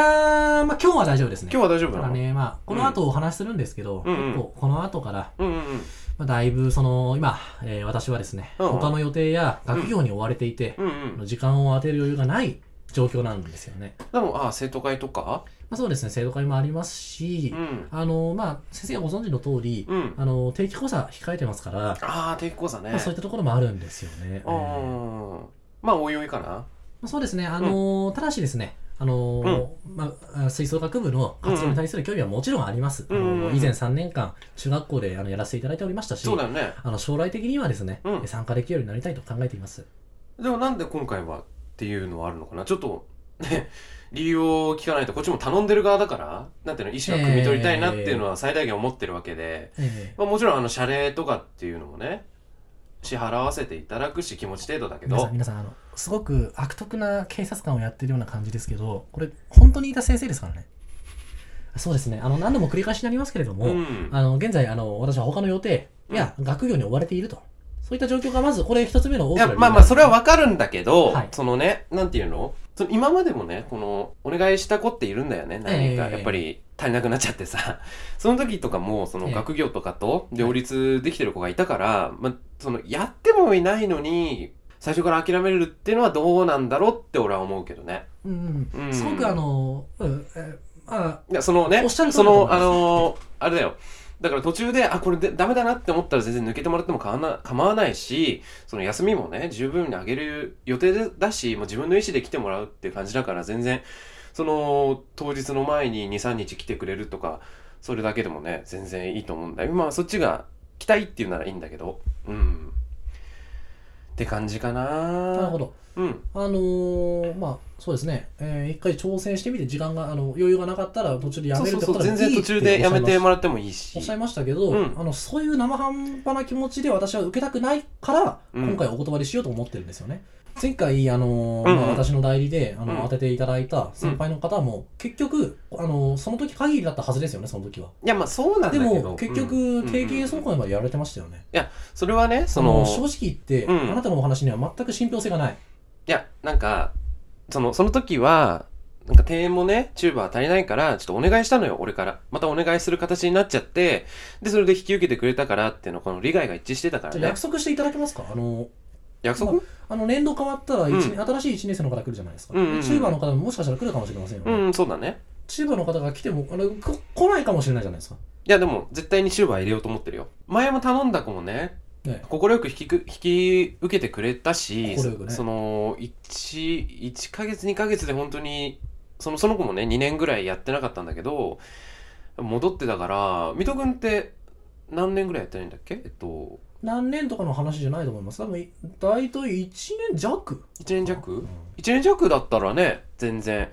ー、まあ、今日は大丈夫ですね。今日は大丈夫たなだのね、まあ、この後お話しするんですけど、うんうん結構この後から、うんうんまあ、だいぶその、今、えー私はですね、うん他の予定や学業に追われていて、うん。うんうん。時間を当てる余裕がない状況なんですよね。でも、あ、生徒会とかまあ、そうですね、生徒会もありますしう、ん。あの、まあ、先生がご存知の通り、うん。あの、定期講座控えてますから、ああ、定期講座ね。まあ、そういったところもあるんですよね。うえーんうん。まあ、おいおいかな。まあ、そうですね、あのーただしですね、あのーまあ、あ吹奏楽部の活動に対する興味はもちろんあります。うんうんうんあのー以前3年間、中学校であのやらせていただいておりましたし、そうだよね。あの将来的にはですね、うん参加できるようになりたいと考えています。でも、なんで今回はっていうのはあるのかなちょっと、ね、 理由を聞かないと、こっちも頼んでる側だから、なんていうの、意思は汲み取りたいなっていうのは最大限思ってるわけで。ええまあ、もちろんあの謝礼とかっていうのもね支払わせていただくし気持ち程度だけ皆さどん、皆さんあの、すごく悪徳な警察官をやってるような感じですけど、これ、本当にいた先生ですからね。そうですね、あの何度も繰り返しになりますけれども、うん、あの現在あの、私は他の予定や学業に追われていると、そういった状況がまず、これ、一つ目の大いきなや理由まあまあそれはわかるんだけど、はいそのねなんていうのその今までもねこのお願いした子っているんだよね何人か、ええやっぱり足りなくなっちゃってさ その時とかもそのええ学業とかと両立できてる子がいたから、まあ、そのやってもいないのに最初から諦めるっていうのはどうなんだろうって俺は思うけどね。うんううんん、すごくあの、うんえーまあ、いや、そのね、おっしゃる通そりだと思いの、ますあのーあれだよ。だから途中で、あ、これでダメだなって思ったら全然抜けてもらっても構わな構わないし、その休みもね、十分にあげる予定でだし、もう自分の意思で来てもらうっていう感じだから全然、その、当日の前に2、3日来てくれるとか、それだけでもね、全然いいと思うんだよ。まあ、そっちが来たいっていうならいいんだけど、うん。って感じかなななるほ。ど。うん。あのーまあ、そうですね、えー一回調整してみて、時間が、あの、余裕がなかったら途中でやそうめるそっうそてことう、で全然途中でやめてもららってもいいし。おっしゃいましたけど、うんあの、そういう生半端な気持ちで私は受けたくないから、うん今回お断りしようと思ってるんですよね。前回、あのーうんうんまあ、私の代理で、あの、うん当てていただいた先輩の方も、結局、あのーその時限りだったはずですよね、その時は。いや、まあそうなんだでけど。も、結う局ん、定期演奏会までやられてましたよね。それはね、そそのの、正直言って、うんあなたのお話には全く信憑性がない。いや、なんか、その、その時は、なんか庭園もね、チューバー足りないから、ちょっとお願いしたのよ、俺から。またお願いする形になっちゃって、で、それで引き受けてくれたからっていうの、この利害が一致してたからじゃあね約。束していただけますかあの、約束、まあの年度変わったら一年、う新しい1年生の方来るじゃないですか。うんうんうんでチューバーの方ももしかしたら来るかもしれませんよね。うん、そうだね。チューバーの方が来てもあのこ来ないかもしれないじゃないですか。いや、でも、絶対にチューバー入れようと思ってるよ。前も頼んだ子もね、ね快く引きく引き受けてくれたし、快くねその 1, 1ヶ月2ヶ月で本当にそのその子もね2年ぐらいやってなかったんだけど戻ってたから水戸君って何年ぐらいやってないんだっけえっと何年とかの話じゃないと思います多分い大体1年弱1年弱 ?1 年弱だったらね全然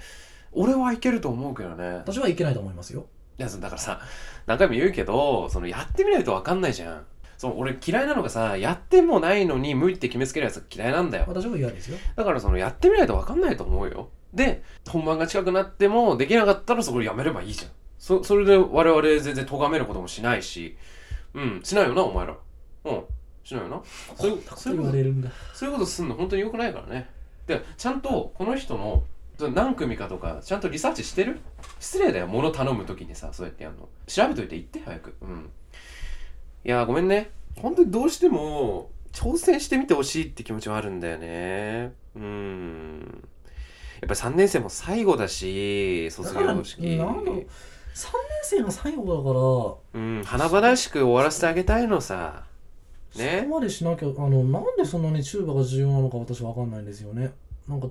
俺はいけると思うけどね私はいけないと思いますよいやそのだからさ何回も言うけどそのやってみないと分かんないじゃんその俺嫌いなのがさやってもないのに無理って決めつけるやつが嫌いなんだよ私は嫌ですよだからそのやってみないと分かんないと思うよ。で、本番が近くなってもできなかったらそこやめればいいじゃん。そ、それで我々全然咎めることもしないし、うん、しないよな、お前ら。うん、しないよな。そういう、そういうこと、るんだそういうことすんの本当に良くないからね。で、ちゃんとこの人の何組かとか、ちゃんとリサーチしてる失礼だよ、物頼むときにさ、そうやってやるの。調べといて言って、早く。うん。いやー、ごめんね。本当にどうしても、挑戦してみてほしいって気持ちはあるんだよね。うん。やっぱり3年生も最後だし、卒業式。だからなんだろう3年生が最後うん、華々しく終わらせてあげたいのさ。だから、そね。こまでしなきゃあのなんでそんなにチューバが重要なのか私わかんないんですよねなんか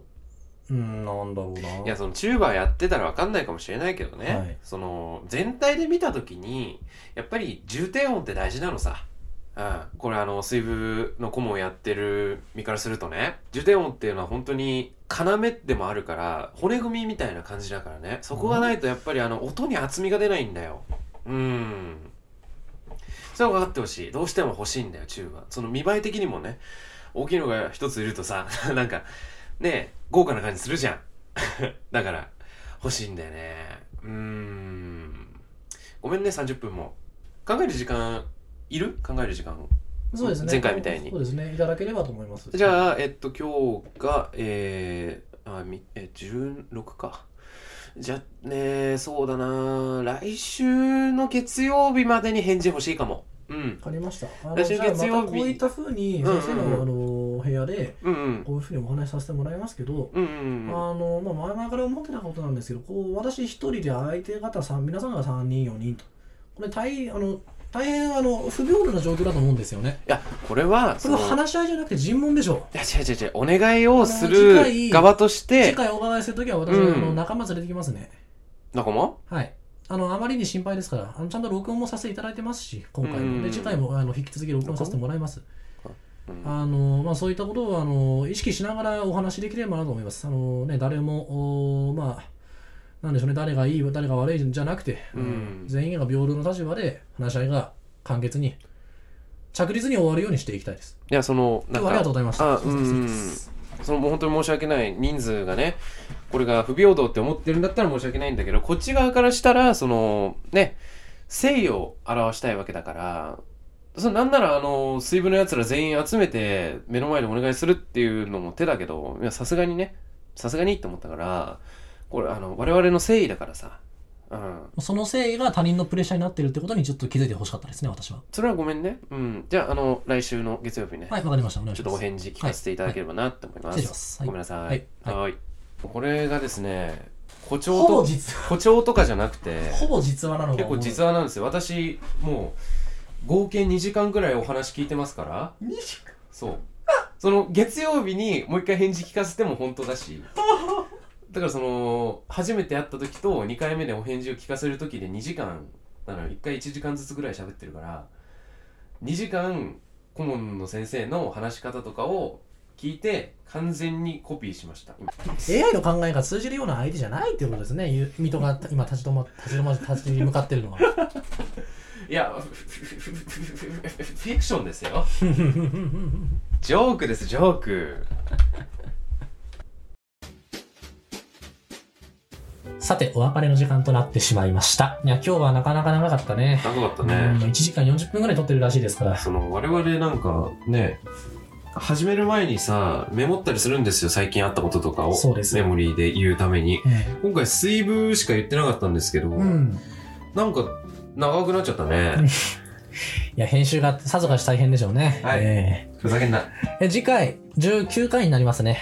うんなんだろうないや、そのチューバーやってたらわかんないかもしれないけどね。はいその、全体で見たときに、やっぱり重低音って大事なのさ。うん、これあの、水分の顧問をやってる身からするとね、重低音っていうのは本当に要でもあるから、骨組みみたいな感じだからね。そこがないとやっぱりあの、音に厚みが出ないんだよ。うん。それは分かってほしい。どうしても欲しいんだよ、チューバー。その見栄え的にもね、大きいのが一ついるとさ、 なんか、ねえ、豪華な感じするじゃん。 だから、欲しいんだよね。うーん。ごめんね、30分も。考える時間、いる考える時間。そうですね前回みたいにそうですねいただければと思いますじゃあ、えっと、今日が、えー、あ、み、え、16か。じゃ、ねそうだな来週の月曜日までに返事欲しいかも。うんわ。かりましたあの来週じゃあま月曜た日こういったふうにうんうんう先ん生のあの部屋でうんうん。こういうふうにお話しさせてもらいますけど、うんうんうん。あのまあ、前々から思ってたことなんですけどこう私一人で相手方さん皆さんが3人4人とこれ大あの大変あの不平等な状況だと思うんですよねいや、これは、それはその話し合いじゃなくて尋問でしょいや、違う違う違う、お願いをすあのる次回側とし次て、回お伺いするときは私、うんあの仲間連れてきますね仲間はいあのあまりに心配ですからあのちゃんと録音もさせていただいてますし今回うんもで次回もあの引き続き録音させてもらいますうんあの、まあ、そういったことをあの意識しながらお話しできればなと思います。あのね、誰も、おーまあ、なんでしょうね、誰がいい、誰が悪いじゃなくて、うん全員が平等の立場で話し合いが簡潔に、着実に終わるようにしていきたいです。いや、その、なんか、今日はありがとうございました。あうんうんそのもう本当に申し訳ない人数がねこれが不平等って思ってるんだったら申し訳ないんだけどこっち側からしたらそのね誠意を表したいわけだからそのなんならあの水分のやつら全員集めて目の前でお願いするっていうのも手だけどいやさすがにねさすがにって思ったからこれあの我々の誠意だからさうんその誠意が他人のプレッシャーになっているってことにちょっと気づいてほしかったですね、私は。それはごめんねうんじゃああの来週の月曜日ねはい、わかりました。お願ちいしょっとまおす。返事聞かせていただければなって思います。はいはい失礼しますごめんなさい。ははいい。はいこれがですね、誇張ほぼと、実誇張とかじゃなくて、話、ほぼ実話なのが結構実話なんですよ。私、もう、合計2時間くらいお話聞いてますから、 2時間そう。その、月曜日にもう一回返事聞かせても本当だ し、だからその、初めて会った時と2回目でお返事を聞かせる時で2時間なのよ。1回1時間ずつぐらい喋ってるから、2時間顧問の先生の話し方とかを聞いて完全にコピーしました。今 AI の考えが通じるような相手じゃないっていうことですね、ゆ水戸が今立ち止ま、立ち止ま、立ち向かってるのは。いや、フフフフフフフフフィクションですよ。ジョークです、ジョーク。 さて、お別れの時間となってしまいました。いや、今日はなかなか長かったね。長かったうん。1時間40分ぐらい撮ってるらしいですから。その我々なんかね始める前にさメモったりするんですよ最近あったこととかをそうですメモリーで言うためにえ今回水分しか言ってなかったんですけど、えうん。なんか長くなっちゃったねいや、編集がさぞかし大変でしょうね。はいえふざけんなええ次回、19回になりますね。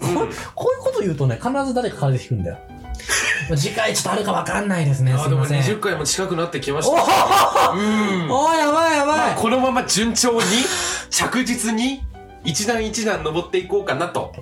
ここういうこと言うとね、必ず誰かから出てくるんだよ。 次回ちょっとあるかわかんないですね。あすーいでもません。 20回も近くなってきましたうんおーやばいやばい、このまま順調に着実に一段一段登っていこうかなと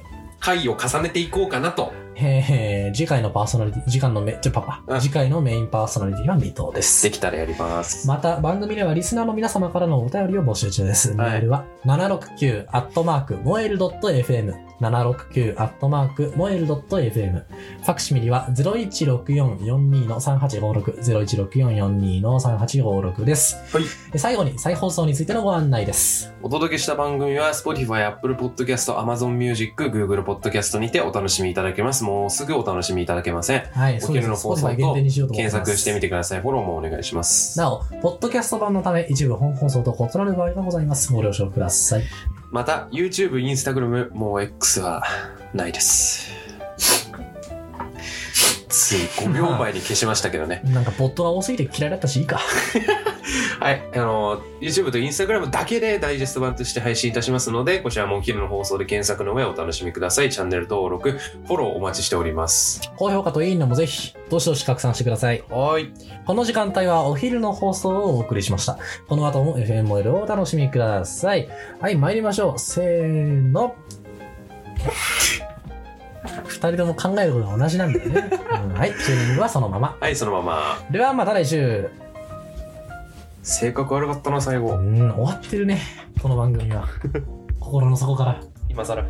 回を重ねていこうかなとへーへー次回のパーソナリティ、次回のメ、ちょ、パパ、うん次回のメインパーソナリティは未踏です。できたらやりますまた、番組ではリスナーの皆様からのお便りを募集中です。はいメールは、769アットマーク、モエル .fm、769アットマーク、モエル .fm。ファクシミリは、016442-3856、016442-3856です。はいで最後に、再放送についてのご案内です。お届けした番組は Spotify、Apple Podcast、Amazon Music、Google Podcast にてお楽しみいただけます。もうすぐお楽しみいただけません。はい、お昼の放送と検検索してみてください。フォローもお願いします。なお、ポッドキャスト版のため、一部本放送と異なる場合がございます。ご了承ください。また、YouTube、Instagram、もう X はないです。つい5秒前に消しましたけどね。なんか、ボットが多すぎて嫌いだったし、いいか。はい。あの、YouTube と Instagram だけでダイジェスト版として配信いたしますので、こちらもお昼の放送で検索の上お楽しみください。チャンネル登録、フォローお待ちしております。高評価といいのもぜひ、どしどし拡散してください。はい。この時間帯はお昼の放送をお送りしました。この後も FM モデルをお楽しみください。はい、参りましょう。せーの。二人とも考えることが同じなんだよね。うんはい、チューニングはそのまま。はい、そのまま。では、また来週。性格悪かったな最う後ん、終わってるね。この番組は。心の底から。今更